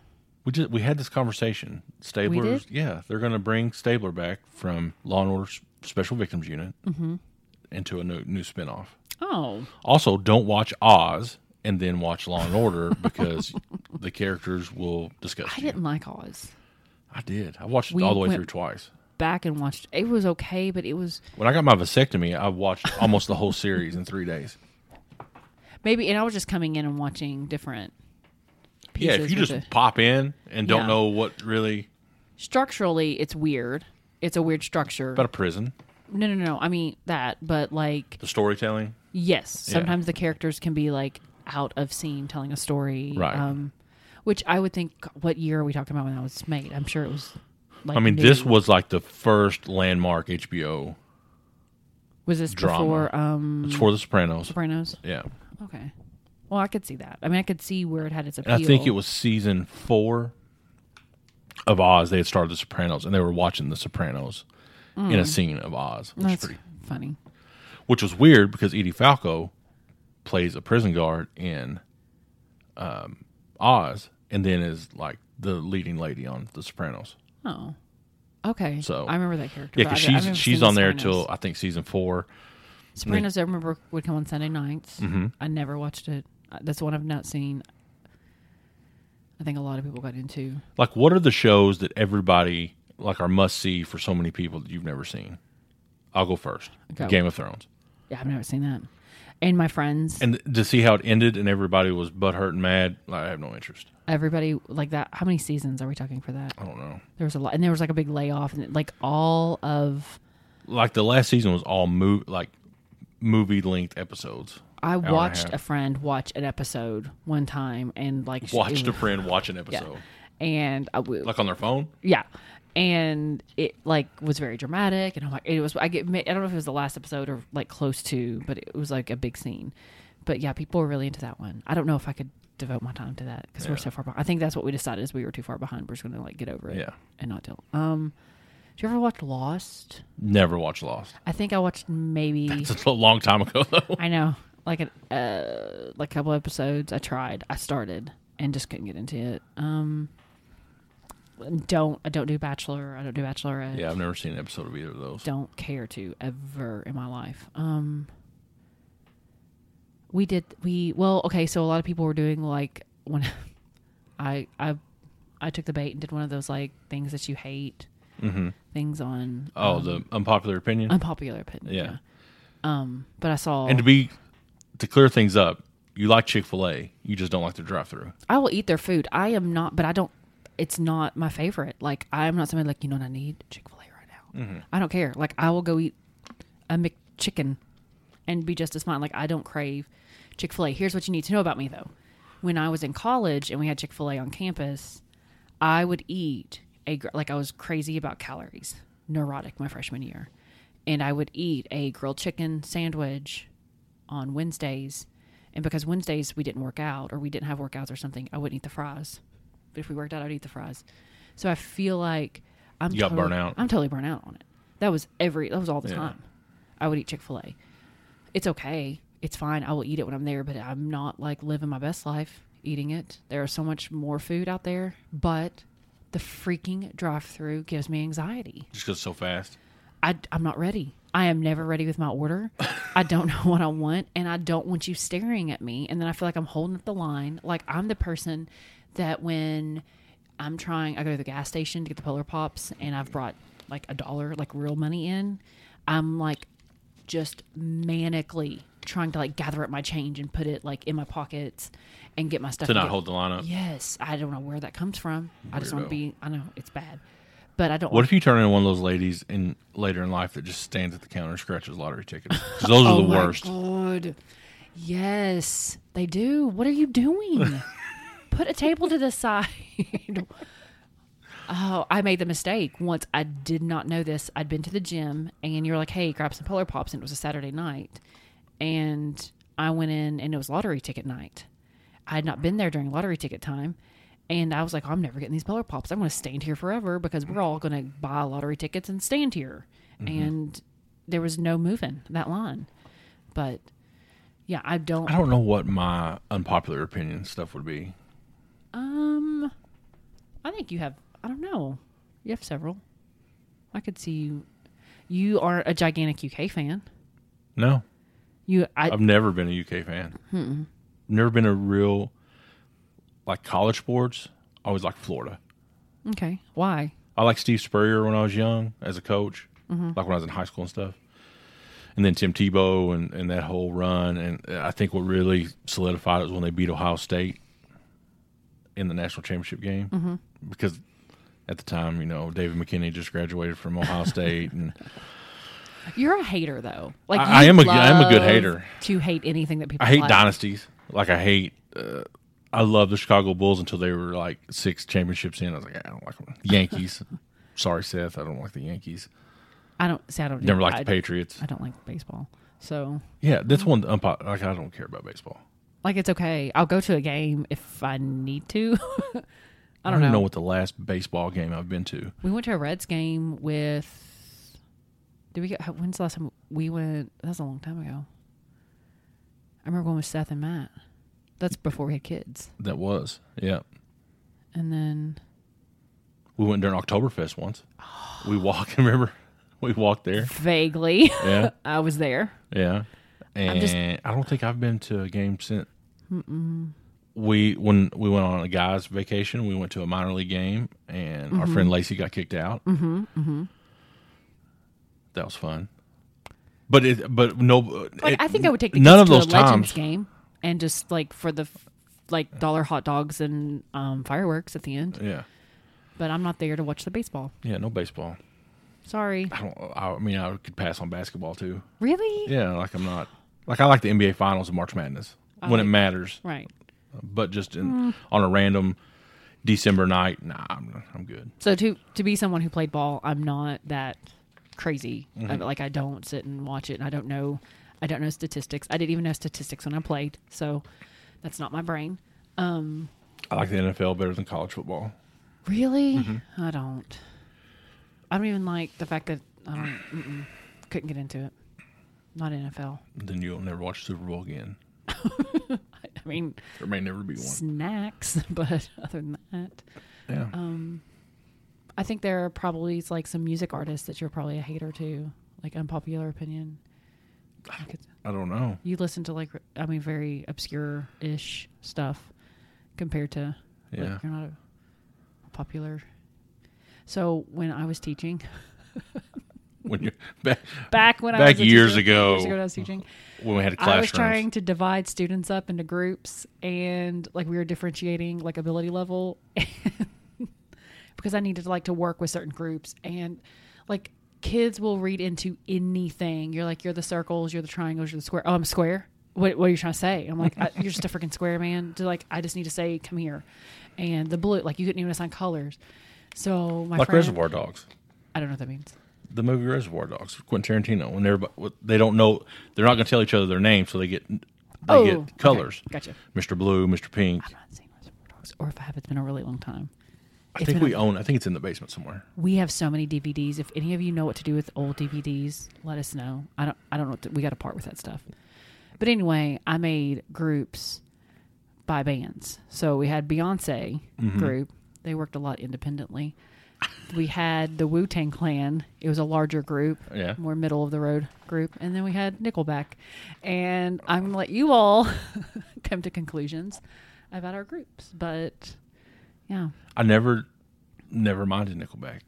Speaker 3: We just we had this conversation. Stabler's, yeah, they're going to bring Stabler back from Law and Order S- Special Victims Unit
Speaker 4: Mm-hmm.
Speaker 3: into a new, new spinoff.
Speaker 4: Oh,
Speaker 3: Also, don't watch Oz and then watch Law and Order because the characters will discuss.
Speaker 4: I
Speaker 3: you.
Speaker 4: didn't like Oz.
Speaker 3: I did. I watched it
Speaker 4: We
Speaker 3: all the way
Speaker 4: went-
Speaker 3: through twice.
Speaker 4: Back and watched. It was okay, but it was
Speaker 3: When I got my vasectomy, I watched almost the whole series in three days.
Speaker 4: maybe. And I was just coming in and watching different.
Speaker 3: Yeah,
Speaker 4: Pieces
Speaker 3: if you
Speaker 4: with
Speaker 3: just
Speaker 4: the-
Speaker 3: pop in and don't
Speaker 4: Yeah.
Speaker 3: know what really
Speaker 4: structurally, it's weird. It's a weird structure.
Speaker 3: about a prison,
Speaker 4: no, no, no. I mean that, but like
Speaker 3: the storytelling.
Speaker 4: Yes, sometimes the characters can be like out of scene, telling a story.
Speaker 3: Right.
Speaker 4: Um, which I would think, what year are we talking about when that was made? I'm sure it was. Like
Speaker 3: I mean,
Speaker 4: new.
Speaker 3: this was like the first landmark HBO.
Speaker 4: was this
Speaker 3: drama.
Speaker 4: before um,
Speaker 3: It's for The Sopranos.
Speaker 4: Sopranos.
Speaker 3: Yeah,
Speaker 4: Okay. Well, I could see that. I mean, I could see where it had its appeal.
Speaker 3: and I think it was season four of Oz. They had started The Sopranos, and they were watching The Sopranos in a scene of Oz, which, is
Speaker 4: Mm. That's
Speaker 3: pretty,
Speaker 4: funny.
Speaker 3: which was weird because Edie Falco plays a prison guard in um, Oz, and then is like the leading lady on The Sopranos.
Speaker 4: Oh. Okay.
Speaker 3: So-
Speaker 4: I remember that character.
Speaker 3: Yeah,
Speaker 4: but
Speaker 3: because
Speaker 4: I- I've
Speaker 3: she's
Speaker 4: never
Speaker 3: she's
Speaker 4: seen
Speaker 3: on there
Speaker 4: Sopranos.
Speaker 3: till I think season four.
Speaker 4: Sopranos. I remember would come on Sunday nights.
Speaker 3: Mm-hmm.
Speaker 4: I never watched it. Uh, That's one I've not seen. I think a lot of people got into.
Speaker 3: Like, what are the shows that everybody like are must see for so many people that you've never seen? I'll go first.
Speaker 4: Go.
Speaker 3: Game of Thrones,
Speaker 4: Yeah, I've never seen that. And my friends,
Speaker 3: and to see how it ended and everybody was butthurt and mad. Like, I have no interest.
Speaker 4: everybody like that. How many seasons are we talking for that?
Speaker 3: I don't know.
Speaker 4: There was a lot, and there was like a big layoff, and like all of
Speaker 3: Like the last season was all move like movie linked episodes.
Speaker 4: I
Speaker 3: and a
Speaker 4: watched
Speaker 3: half.
Speaker 4: a friend watch an episode one time, and like she-
Speaker 3: Watched a
Speaker 4: it-
Speaker 3: friend watch an episode,
Speaker 4: and uh, I w-
Speaker 3: like on their phone.
Speaker 4: yeah, and it like was very dramatic, and I'm like, it was. I get, I don't know if it was the last episode or like close to, but it was like a big scene. But yeah, people were really into that one. I don't know if I could devote my time to that because we're so far behind. I think that's what we decided is we were too far behind. We're just gonna like get over it.
Speaker 3: Yeah.
Speaker 4: and not deal. Um, did you ever watch Lost?
Speaker 3: Never watched Lost.
Speaker 4: I think I watched maybe.
Speaker 3: It's a long time ago though.
Speaker 4: I know, like an uh, like a couple episodes. I tried. I started and just couldn't get into it. Um, don't I don't do Bachelor. I don't do Bachelorette.
Speaker 3: Yeah, I've never seen an episode of either of those.
Speaker 4: Don't care to ever in my life. Um, we did we well okay. So a lot of people were doing like when I I I took the bait and did one of those like things that you hate
Speaker 3: Mm-hmm.
Speaker 4: things on
Speaker 3: Oh, the unpopular
Speaker 4: Um,
Speaker 3: opinion.
Speaker 4: unpopular opinion.
Speaker 3: yeah.
Speaker 4: Um, but I saw
Speaker 3: And to be to clear things up, you like Chick Fil A, you just don't like the drive-through.
Speaker 4: I will eat their food. I am not, but I don't. It's not my favorite. Like I'm not somebody like you know what I need Chick Fil A right now. I don't care. Like I will go eat a Mc chicken and be just as fine. Like I don't crave Chick Fil A. Here's what you need to know about me though. When I was in college and we had Chick Fil A on campus, I would eat a gr- like I was crazy about calories, neurotic my freshman year, and I would eat a grilled chicken sandwich on Wednesdays. And because Wednesdays we didn't work out or we didn't have workouts or something, I wouldn't eat the fries. But if we worked out, I'd eat the fries. So I feel like I'm
Speaker 3: You got
Speaker 4: totally-
Speaker 3: burnt out.
Speaker 4: I'm totally burnt out on it. That was every that was all the time. I would eat Chick Fil A. It's okay. It's fine. I will eat it when I'm there, but I'm not like living my best life eating it. There is so much more food out there, but the freaking drive-through gives me anxiety.
Speaker 3: just because so fast.
Speaker 4: I, I'm not ready. I am never ready with my order. I don't know what I want, and I don't want you staring at me. And then I feel like I'm holding up the line. Like I'm the person that when I'm trying, I go to the gas station to get the Polar Pops, and I've brought like a dollar, like real money in. I'm like just manically trying to like gather up my change and put it like in my pockets and get my stuff
Speaker 3: To
Speaker 4: and
Speaker 3: not
Speaker 4: get-
Speaker 3: hold the line up.
Speaker 4: Yes, I don't know where that comes from. I just want
Speaker 3: Weirdo.
Speaker 4: to be. I know it's bad, but I don't.
Speaker 3: What if you turn into one of those ladies in later in life that just stands at the counter and scratches lottery tickets? 'Cause Those are
Speaker 4: Oh
Speaker 3: the
Speaker 4: my
Speaker 3: worst.
Speaker 4: God. Yes, they do. What are you doing? Put a table to the side. oh, I made the mistake once. I did not know this. I'd been to the gym, and you're like, "Hey, grab some Polar Pops," and it was a Saturday night, and I went in, and it was lottery ticket night. I had not been there during lottery ticket time. And I was like, "Oh, I'm never getting these Polar Pops. I'm going to stand here forever because we're all going to buy lottery tickets and stand here. And there was no moving that line. But yeah, I don't.
Speaker 3: I don't know what my unpopular opinion stuff would be.
Speaker 4: Um, I think you have. I don't know. You have several. I could see you. You are a gigantic UK fan.
Speaker 3: No,
Speaker 4: You, I,
Speaker 3: I've never been a UK fan.
Speaker 4: Hmm.
Speaker 3: Never been a real like college sports. I always like Florida.
Speaker 4: okay. Why?
Speaker 3: I liked Steve Spurrier when I was young as a coach,
Speaker 4: Mm-hmm.
Speaker 3: like when I was in high school and stuff. And then Tim Tebow and, and that whole run. And I think what really solidified it was when they beat Ohio State in the national championship game.
Speaker 4: Mm-hmm.
Speaker 3: Because at the time, you know, David McKinney just graduated from Ohio State. And
Speaker 4: You're a hater, though. Like
Speaker 3: I- I
Speaker 4: you
Speaker 3: am a- I am a good
Speaker 4: love
Speaker 3: hater.
Speaker 4: To hate anything that people.
Speaker 3: I hate
Speaker 4: like.
Speaker 3: dynasties. Like, I hate, uh, I love the Chicago Bulls until they were like six championships in. I was like, I don't like them. Yankees. Sorry, Seth. I don't like the Yankees.
Speaker 4: I don't. See, I don't. do-
Speaker 3: Never liked
Speaker 4: I,
Speaker 3: the Patriots.
Speaker 4: I don't like baseball. So,
Speaker 3: Yeah, that's
Speaker 4: Mm-hmm.
Speaker 3: one unpo- like I don't care about baseball.
Speaker 4: like, it's okay. I'll go to a game if I need to.
Speaker 3: I don't, even know. what the last baseball game I've been to.
Speaker 4: We went to a Reds game with. Did we get? how- When's the last time we went? That was a long time ago. I remember going with Seth and Matt. That's before we had kids,
Speaker 3: That was yeah.
Speaker 4: and then
Speaker 3: We went during Oktoberfest once. We walked. Remember, we walked there.
Speaker 4: vaguely,
Speaker 3: Yeah,
Speaker 4: I was there.
Speaker 3: yeah. And
Speaker 4: just-
Speaker 3: I don't think I've been to a game since. We when we went on a guys' vacation, we went to a minor league game, and our
Speaker 4: Mm-hmm.
Speaker 3: friend Lacey got kicked out. Mm-hmm, mm-hmm. That was fun, but it but no.
Speaker 4: Like
Speaker 3: it-
Speaker 4: I think I would take the
Speaker 3: none
Speaker 4: kids
Speaker 3: of
Speaker 4: to
Speaker 3: those
Speaker 4: a Legends
Speaker 3: times.
Speaker 4: game and just like for the f- like dollar hot dogs and um, fireworks at the end.
Speaker 3: Yeah,
Speaker 4: But I'm not there to watch the baseball.
Speaker 3: yeah. No baseball.
Speaker 4: Sorry,
Speaker 3: I don't. I mean, I could pass on basketball too.
Speaker 4: really?
Speaker 3: Yeah, like I'm not. Like I like the NBA Finals and March Madness when it Mm. matters,
Speaker 4: Right.
Speaker 3: but just in, on a random December night, nah, I'm I'm good.
Speaker 4: So to to be someone who played ball, I'm not that crazy. I- like I don't sit and watch it, and I don't know, I don't know statistics. I didn't even know statistics when I played, so that's not my brain. Um,
Speaker 3: I like the NFL better than college football.
Speaker 4: Really, I don't. I don't even like the fact that I don't. Mm-mm, couldn't get into it. Not NFL.
Speaker 3: Then you'll never watch Super Bowl again.
Speaker 4: I mean,
Speaker 3: There may never be one.
Speaker 4: snacks, but other than that,
Speaker 3: Yeah,
Speaker 4: I think there are probably like some music artists that you're probably a hater to, like unpopular opinion. I could-
Speaker 3: I don't know.
Speaker 4: you listen to like I mean very obscure ish stuff compared to like,
Speaker 3: Yeah.
Speaker 4: you're not a popular. So when I was teaching
Speaker 3: When you back,
Speaker 4: back when I
Speaker 3: Back
Speaker 4: was a
Speaker 3: years
Speaker 4: teacher-
Speaker 3: ago.
Speaker 4: years ago when I was teaching,
Speaker 3: when we had classrooms,
Speaker 4: I was trying to divide students up into groups and like we were differentiating like ability level because I needed like to work with certain groups and like kids will read into anything. You're like, you're the circles, you're the triangles, you're the square. Oh, I'm a square. What, what are you trying to say? I'm like, I, you're just a freaking square, man. To like, I just need to say, come here. And the blue, like, you couldn't even assign colors. So my
Speaker 3: like
Speaker 4: friend,
Speaker 3: Reservoir Dogs.
Speaker 4: I don't know what that means.
Speaker 3: the movie Reservoir Dogs, Quentin Tarantino. When everybody they don't know, they're not going to tell each other their name, so they get they
Speaker 4: Oh, okay.
Speaker 3: get colors.
Speaker 4: Gotcha.
Speaker 3: Mr. Blue, Mr. Pink.
Speaker 4: I'm not seeing Reservoir Dogs, or if I have, it's been a really long time.
Speaker 3: I
Speaker 4: It's
Speaker 3: think
Speaker 4: been
Speaker 3: we own. I think it's in the basement somewhere.
Speaker 4: We have so many DVDs. If any of you know what to do with old DVDs, let us know. I don't. I don't know. What to, we got to part with that stuff. But anyway, I made groups by bands. So we had Beyonce
Speaker 3: Mm-hmm.
Speaker 4: group. They worked a lot independently. We had the Wu Tang Clan. It was a larger group,
Speaker 3: Oh, Yeah.
Speaker 4: more middle of the road group, and then we had Nickelback. And I'm gonna let you all come to conclusions about our groups. But yeah,
Speaker 3: I never, never minded Nickelback.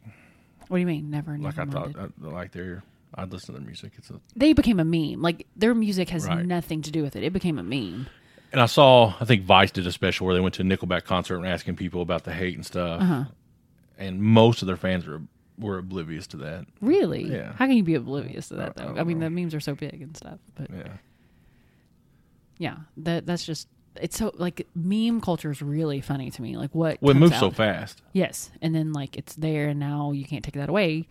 Speaker 4: what do you mean? Never,
Speaker 3: Like
Speaker 4: never
Speaker 3: I
Speaker 4: minded.
Speaker 3: thought, I, like their, I'd listen to their music. It's a,
Speaker 4: they became a meme. Like their music has
Speaker 3: Right.
Speaker 4: nothing to do with it. It became a meme.
Speaker 3: and I saw. I think Vice did a special where they went to a Nickelback concert and asking people about the hate and stuff.
Speaker 4: Uh-huh.
Speaker 3: And most of their fans were were oblivious to that.
Speaker 4: Really?
Speaker 3: Yeah.
Speaker 4: How can you be oblivious to that though? I, mean, the memes are so big and stuff. But yeah.
Speaker 3: Yeah,
Speaker 4: that that's just it's so like meme culture is really funny to me. Like what?
Speaker 3: well, it
Speaker 4: comes
Speaker 3: moves so
Speaker 4: out-
Speaker 3: fast.
Speaker 4: Yes, and then like it's there, and now you can't take that away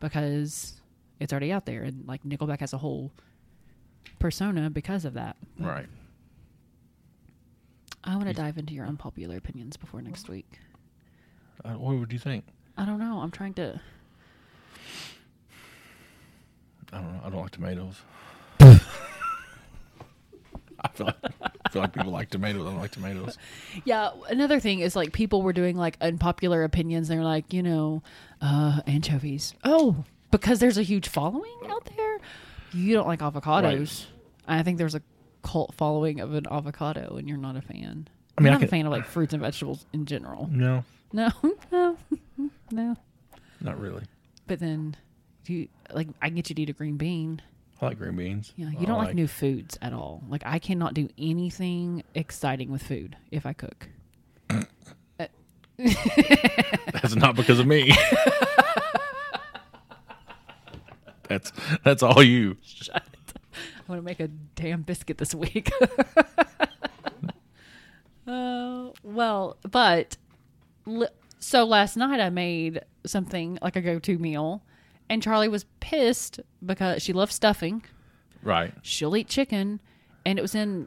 Speaker 4: because it's already out there, and like Nickelback has a whole persona because of that.
Speaker 3: Right.
Speaker 4: I want to dive into your unpopular opinions before next week.
Speaker 3: Uh, what would you think?
Speaker 4: I don't know. I'm trying to.
Speaker 3: I don't know. I don't like tomatoes. I feel like I feel like people like tomatoes. I don't like tomatoes.
Speaker 4: Yeah, another thing is like people were doing like unpopular opinions. They were like, you know, uh, anchovies. Oh, because there's a huge following out there. You don't like avocados. I think there's a cult following of an avocado, and you're not a fan. I
Speaker 3: mean, I
Speaker 4: am not
Speaker 3: can- Mm.
Speaker 4: a fan of like fruits and vegetables in general.
Speaker 3: No,
Speaker 4: No, no, no.
Speaker 3: not really.
Speaker 4: But then, you like I can get you to eat a green bean.
Speaker 3: I like green beans.
Speaker 4: Yeah,
Speaker 3: Oh, I
Speaker 4: you don't like new foods at all. Like I cannot do anything exciting with food if I cook.
Speaker 3: That's not because of me. that's that's all you.
Speaker 4: I'm gonna make a damn biscuit this week. uh, well, but li- so last night I made something like a go-to meal, and Charlie was pissed because she loves stuffing.
Speaker 3: Right.
Speaker 4: She'll eat chicken, and it was in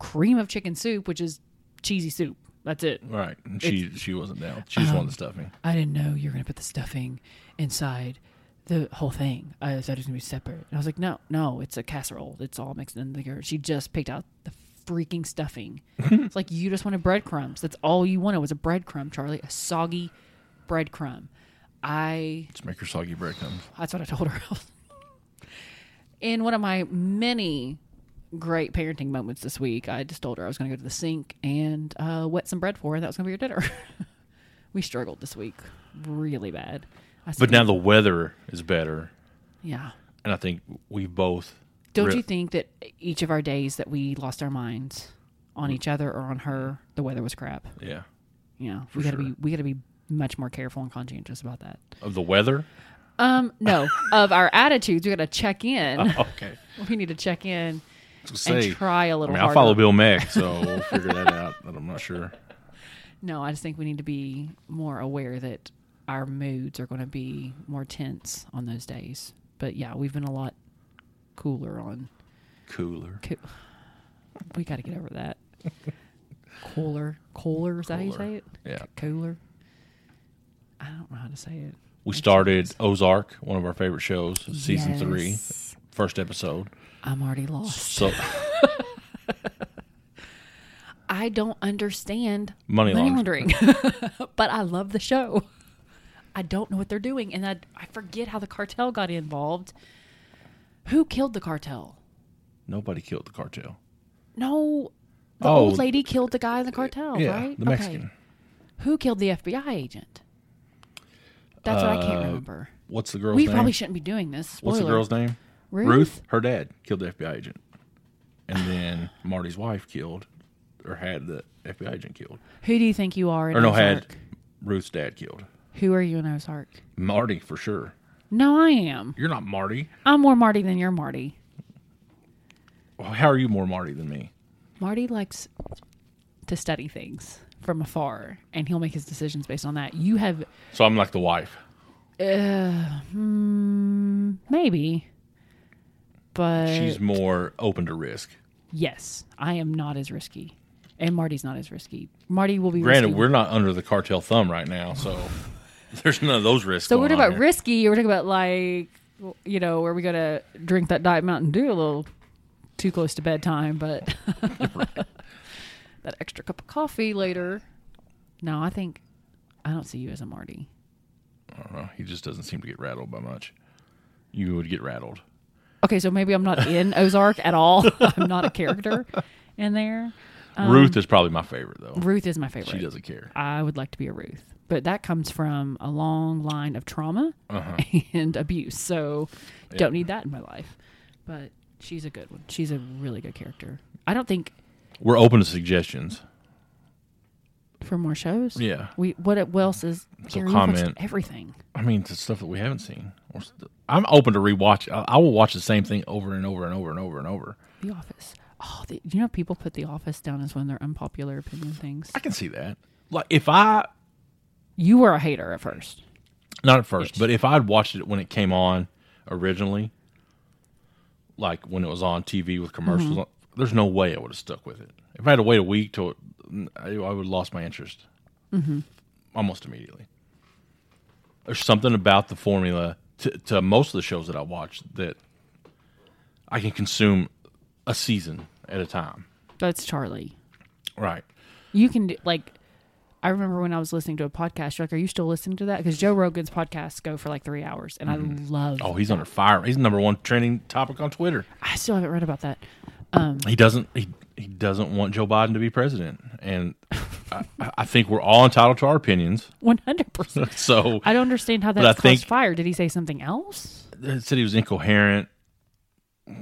Speaker 4: cream of chicken soup, which is cheesy soup. That's it.
Speaker 3: Right. And she she wasn't down. She
Speaker 4: Uh-huh.
Speaker 3: just wanted the stuffing.
Speaker 4: I didn't know you were gonna put the stuffing inside the whole thing. I thought it was gonna be separate. And I was like, no, no, it's a casserole. It's all mixed in together. She just picked out the freaking stuffing. it's like you just wanted breadcrumbs. That's all you wanted was a breadcrumb, Charlie, a soggy breadcrumb. I
Speaker 3: Just make her soggy breadcrumbs.
Speaker 4: that's what I told her. In one of my many great parenting moments this week, I just told her I was going to go to the sink and uh, wet some bread for her. That was going to be your dinner. we struggled this week really bad. I said,
Speaker 3: But now the weather is better,
Speaker 4: yeah.
Speaker 3: and I think we both.
Speaker 4: Don't
Speaker 3: re-
Speaker 4: you think that each of our days that we lost our minds on each other or on her, the weather was crap.
Speaker 3: Yeah.
Speaker 4: Yeah, we got to
Speaker 3: sure.
Speaker 4: be we got to be much more careful and conscientious about that.
Speaker 3: Of the weather.
Speaker 4: Um, no, of our attitudes, we got to check in.
Speaker 3: Okay.
Speaker 4: we need to check in.
Speaker 3: Oh. Say,
Speaker 4: try a little
Speaker 3: I mean, I
Speaker 4: harder.
Speaker 3: follow Bill Mack, so we'll figure that out. But I'm not sure.
Speaker 4: No, I just think we need to be more aware that our moods are going to be more tense on those days. But yeah, we've been a lot cooler on.
Speaker 3: Cooler.
Speaker 4: Coo- we got to get over that. Cooler, cooler is that how you
Speaker 3: Cooler.
Speaker 4: say it?
Speaker 3: Yeah.
Speaker 4: Cooler. I don't know how to say it.
Speaker 3: We started Ozark, one of our favorite shows, season three,
Speaker 4: Yes.
Speaker 3: first episode.
Speaker 4: I'm already lost.
Speaker 3: So
Speaker 4: I don't understand
Speaker 3: Money
Speaker 4: laundering, but I love the show. I don't know what they're doing, and I I forget how the cartel got involved. Who killed the cartel?
Speaker 3: nobody killed the cartel.
Speaker 4: No, the
Speaker 3: Oh,
Speaker 4: old lady killed the guy in the cartel,
Speaker 3: yeah,
Speaker 4: right?
Speaker 3: the Mexican.
Speaker 4: Who killed the FBI agent? That's what I can't remember.
Speaker 3: What's the Uh, girl's
Speaker 4: We
Speaker 3: name?
Speaker 4: probably shouldn't be doing this. Spoiler.
Speaker 3: What's the girl's name?
Speaker 4: Ruth?
Speaker 3: Her dad killed the FBI agent, and then Marty's wife killed, or had the FBI agent killed,
Speaker 4: Who do you think you are in
Speaker 3: or no,
Speaker 4: Ozark?
Speaker 3: had Ruth's dad killed.
Speaker 4: Who are you in Ozark?
Speaker 3: Marty for sure.
Speaker 4: No, I am.
Speaker 3: You're not Marty.
Speaker 4: I'm more Marty than you're Marty.
Speaker 3: Well, How are you more Marty than me?
Speaker 4: Marty likes to study things from afar, and he'll make his decisions based on that. You have
Speaker 3: So I'm like the wife.
Speaker 4: maybe, but
Speaker 3: She's more open to risk.
Speaker 4: yes, I am not as risky, and Marty's not as risky. Marty will be
Speaker 3: Granted,
Speaker 4: risky.
Speaker 3: we're not under the cartel thumb right now, so there's none of those risks.
Speaker 4: so
Speaker 3: going
Speaker 4: we're
Speaker 3: on
Speaker 4: talking about
Speaker 3: here.
Speaker 4: risky. We're talking about like you know where we gotta drink that diet Mountain Dew a little too close to bedtime, but that extra cup of coffee later. No, I think I don't see you as a Marty.
Speaker 3: Well, he just doesn't seem to get rattled by much. You would get rattled.
Speaker 4: Okay, so maybe I'm not in Ozark at all. I'm not a character in there.
Speaker 3: Ruth is probably my favorite though.
Speaker 4: Ruth is my favorite.
Speaker 3: She doesn't care.
Speaker 4: I would like to be a Ruth, but that comes from a long line of trauma
Speaker 3: Uh-huh.
Speaker 4: and abuse. So don't need that in my life. But she's a good one. She's a really good character. I don't think
Speaker 3: We're open to suggestions.
Speaker 4: for more shows.
Speaker 3: Yeah.
Speaker 4: We what what else is
Speaker 3: So
Speaker 4: Gary, you've watched
Speaker 3: comment.
Speaker 4: everything.
Speaker 3: I mean, it's stuff that we haven't seen. Or st- I'm open to rewatch. I, I will watch the same thing over and over and over and over and over.
Speaker 4: The Office. Oh, the, you know people put The Office down as one of their unpopular opinion things.
Speaker 3: I can see that. Like if I
Speaker 4: You were a hater at first.
Speaker 3: not at first, but if I'd watched it when it came on originally, like when it was on TV with commercials, on there's no way I would have stuck with it. If I had to wait a week to, I, I would have lost my interest almost immediately. There's something about the formula to, to most of the shows that I watch that I can consume a season at a time.
Speaker 4: That's Charlie.
Speaker 3: Right.
Speaker 4: you can do like i remember when i was listening to a podcast you're like are you still listening to that because joe rogan's podcasts go for like three hours and i love
Speaker 3: Oh, he's under fire. He's number one trending topic on Twitter.
Speaker 4: i still haven't read about that
Speaker 3: he doesn't he, he doesn't want Joe Biden to be president, and I, I think we're all entitled to our opinions.
Speaker 4: 100%
Speaker 3: So
Speaker 4: i don't understand how
Speaker 3: But
Speaker 4: that
Speaker 3: I
Speaker 4: caused
Speaker 3: think-
Speaker 4: fire did he say something else
Speaker 3: it said he was incoherent,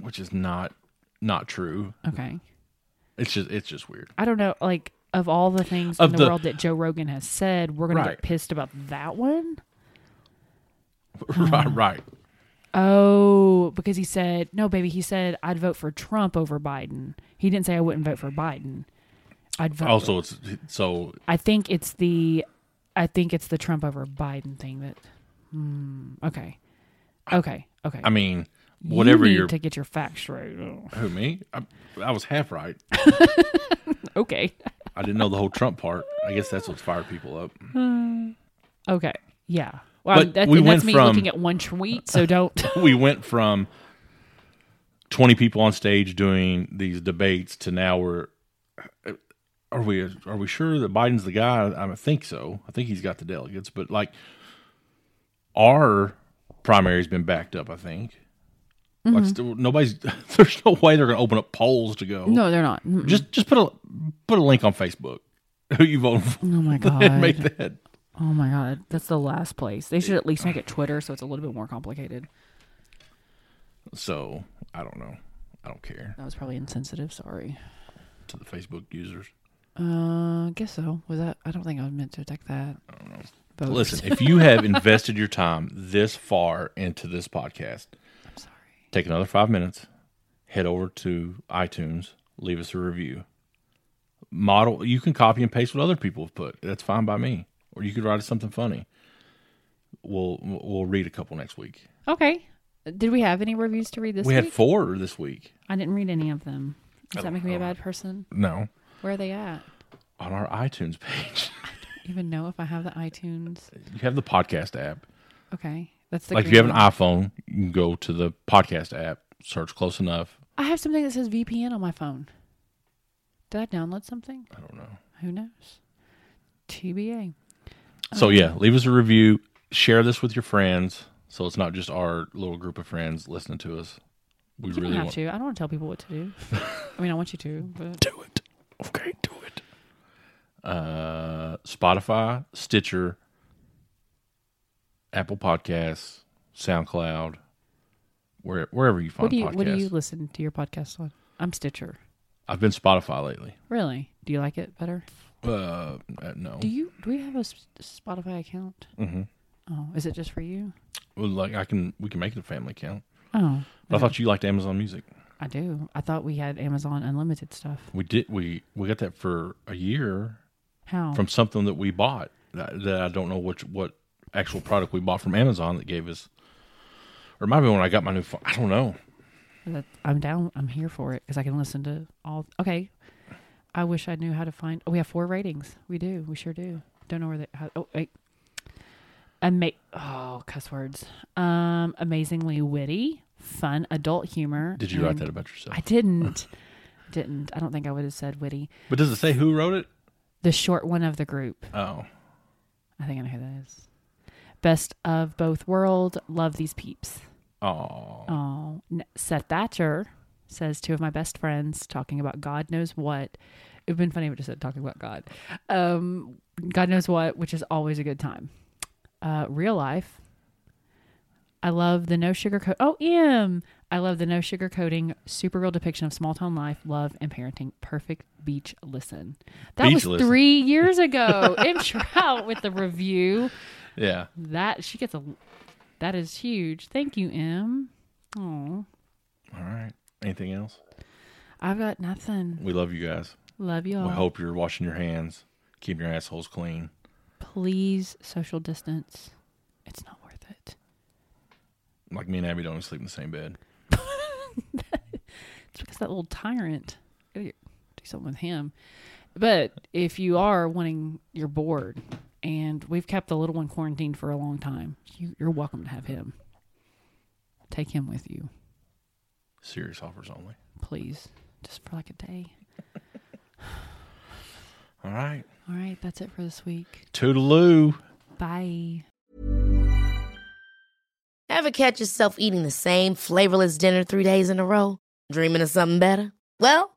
Speaker 3: which is not not true.
Speaker 4: okay
Speaker 3: It's just it's just weird.
Speaker 4: i don't know like of all the things
Speaker 3: Of
Speaker 4: in the,
Speaker 3: the-
Speaker 4: world that joe rogan has said we're gonna
Speaker 3: Right.
Speaker 4: get pissed about that one Um,
Speaker 3: right, right.
Speaker 4: Oh, because he said no, baby. He said I'd vote for Trump over Biden. He didn't say I wouldn't vote for Biden. I'd vote.
Speaker 3: Also, it's so
Speaker 4: I think it's the I think it's the Trump over Biden thing that hmm, okay. Okay. Okay.
Speaker 3: I mean whatever
Speaker 4: you
Speaker 3: you
Speaker 4: need
Speaker 3: are
Speaker 4: to get your facts right. Oh,
Speaker 3: who me I, I was half right.
Speaker 4: Okay.
Speaker 3: I didn't know the whole Trump part. I guess that's what fired people up.
Speaker 4: Okay. Yeah. Well,
Speaker 3: But
Speaker 4: that's,
Speaker 3: we
Speaker 4: and that's
Speaker 3: went
Speaker 4: me
Speaker 3: from-
Speaker 4: looking at one tweet, so don't
Speaker 3: we went from 20 people on stage doing these debates to now we're are we are we sure that Biden's the guy? I think so. I think he's got the delegates, but like our primary's been backed up. I think like still, nobody's. There's no way they're going to open up polls to go.
Speaker 4: No, they're not. Mm, Mm-mm.
Speaker 3: just just put a put a link on Facebook. Who you voting for?
Speaker 4: Oh my
Speaker 3: and make
Speaker 4: god.
Speaker 3: that.
Speaker 4: Oh my god. That's the last place. They should at least make it Twitter so it's a little bit more complicated.
Speaker 3: So I don't know. I don't care
Speaker 4: That was probably insensitive, sorry.
Speaker 3: to the Facebook users.
Speaker 4: Uh I guess so. Was that I don't think I was meant to attack that. I don't know.
Speaker 3: Listen, if you have invested your time this far into this podcast,
Speaker 4: I'm sorry.
Speaker 3: take another five minutes, head over to iTunes, leave us a review. Model, you can copy and paste what other people have put. That's fine by me. Or you could write us something funny. We'll we'll read a couple next week.
Speaker 4: Okay. Did we have any reviews to read this
Speaker 3: we
Speaker 4: week?
Speaker 3: had four this week.
Speaker 4: I didn't read any of them. Does that make me a bad person?
Speaker 3: No,
Speaker 4: Where are they at?
Speaker 3: on our iTunes page,
Speaker 4: Even know if I have the iTunes.
Speaker 3: you have the podcast app.
Speaker 4: Okay, that's the
Speaker 3: like if you have an
Speaker 4: green one.
Speaker 3: iPhone, you can go to the podcast app, search close enough.
Speaker 4: I have something that says VPN on my phone. Did I download something? I don't
Speaker 3: know.
Speaker 4: Who knows? TBA.
Speaker 3: So yeah, leave us a review. Share this with your friends, so it's not just our little group of friends listening to us. We
Speaker 4: You
Speaker 3: really
Speaker 4: don't have
Speaker 3: want
Speaker 4: to. I don't want to tell people what to do. I mean, I want you to, but
Speaker 3: do it. Okay, do it. Uh, Spotify, Stitcher, Apple Podcasts, SoundCloud, where, wherever you find
Speaker 4: what do you
Speaker 3: podcasts.
Speaker 4: what do you listen to your podcast on? I'm Stitcher.
Speaker 3: I've been Spotify lately.
Speaker 4: Really? Do you like it better?
Speaker 3: Uh, uh, no,
Speaker 4: Do you do we have a s- Spotify account? Mm-hmm. Oh, is it just for you?
Speaker 3: Well, like I can, we can make it a family account.
Speaker 4: Oh,
Speaker 3: But I thought you liked Amazon Music.
Speaker 4: I do. I thought we had Amazon Unlimited stuff.
Speaker 3: We did. We we got that for a year
Speaker 4: How?
Speaker 3: from something that we bought. That, that I don't know which what actual product we bought from Amazon that gave us. Or maybe when I got my new phone. I don't know.
Speaker 4: That- I'm down. I'm here for it because I can listen to all. Okay. I wish I knew how to find. Oh, we have four ratings. We do. We sure do. Don't know where they. How, oh wait. Ama- oh, cuss words. Um, amazingly witty, fun adult humor.
Speaker 3: Did you write
Speaker 4: and-
Speaker 3: that about yourself?
Speaker 4: Mm. I didn't. didn't. I don't think I would have said witty.
Speaker 3: but does it say who wrote it?
Speaker 4: The short one of the group.
Speaker 3: Oh,
Speaker 4: I think I know who that is. Best of both world. Love these peeps.
Speaker 3: oh,
Speaker 4: Oh, N- Seth Thatcher says two of my best friends talking about God knows what. It would have been funny if it just said talking about God. Um, God knows what, which is always a good time. Uh, real life. I love the no sugar coat. Oh, M. I love the no sugar coating, super real depiction of small town life, love, and parenting. Perfect beach listen. That
Speaker 3: Beach
Speaker 4: was
Speaker 3: listen.
Speaker 4: three years ago. M. Trout with the review.
Speaker 3: yeah.
Speaker 4: That she gets a. That is huge. Thank you, M. Oh,
Speaker 3: All right. Anything else?
Speaker 4: I've got nothing.
Speaker 3: We love you guys.
Speaker 4: Love y'all.
Speaker 3: We hope you're washing your hands, keeping your assholes clean.
Speaker 4: Please social distance. It's not worth it.
Speaker 3: Like me and Abby don't sleep in the same bed.
Speaker 4: It's because that little tyrant. Gotta get- Do something with him. But if you are wanting, you're bored, and we've kept the little one quarantined for a long time. You, you're welcome to have him. Take him with you,
Speaker 3: Serious offers only.
Speaker 4: please, just for like a day.
Speaker 3: All right.
Speaker 4: All right, that's it for this week.
Speaker 3: Toodaloo.
Speaker 4: Bye.
Speaker 5: Ever catch yourself eating the same flavorless dinner three days in a row? Dreaming of something better? Well,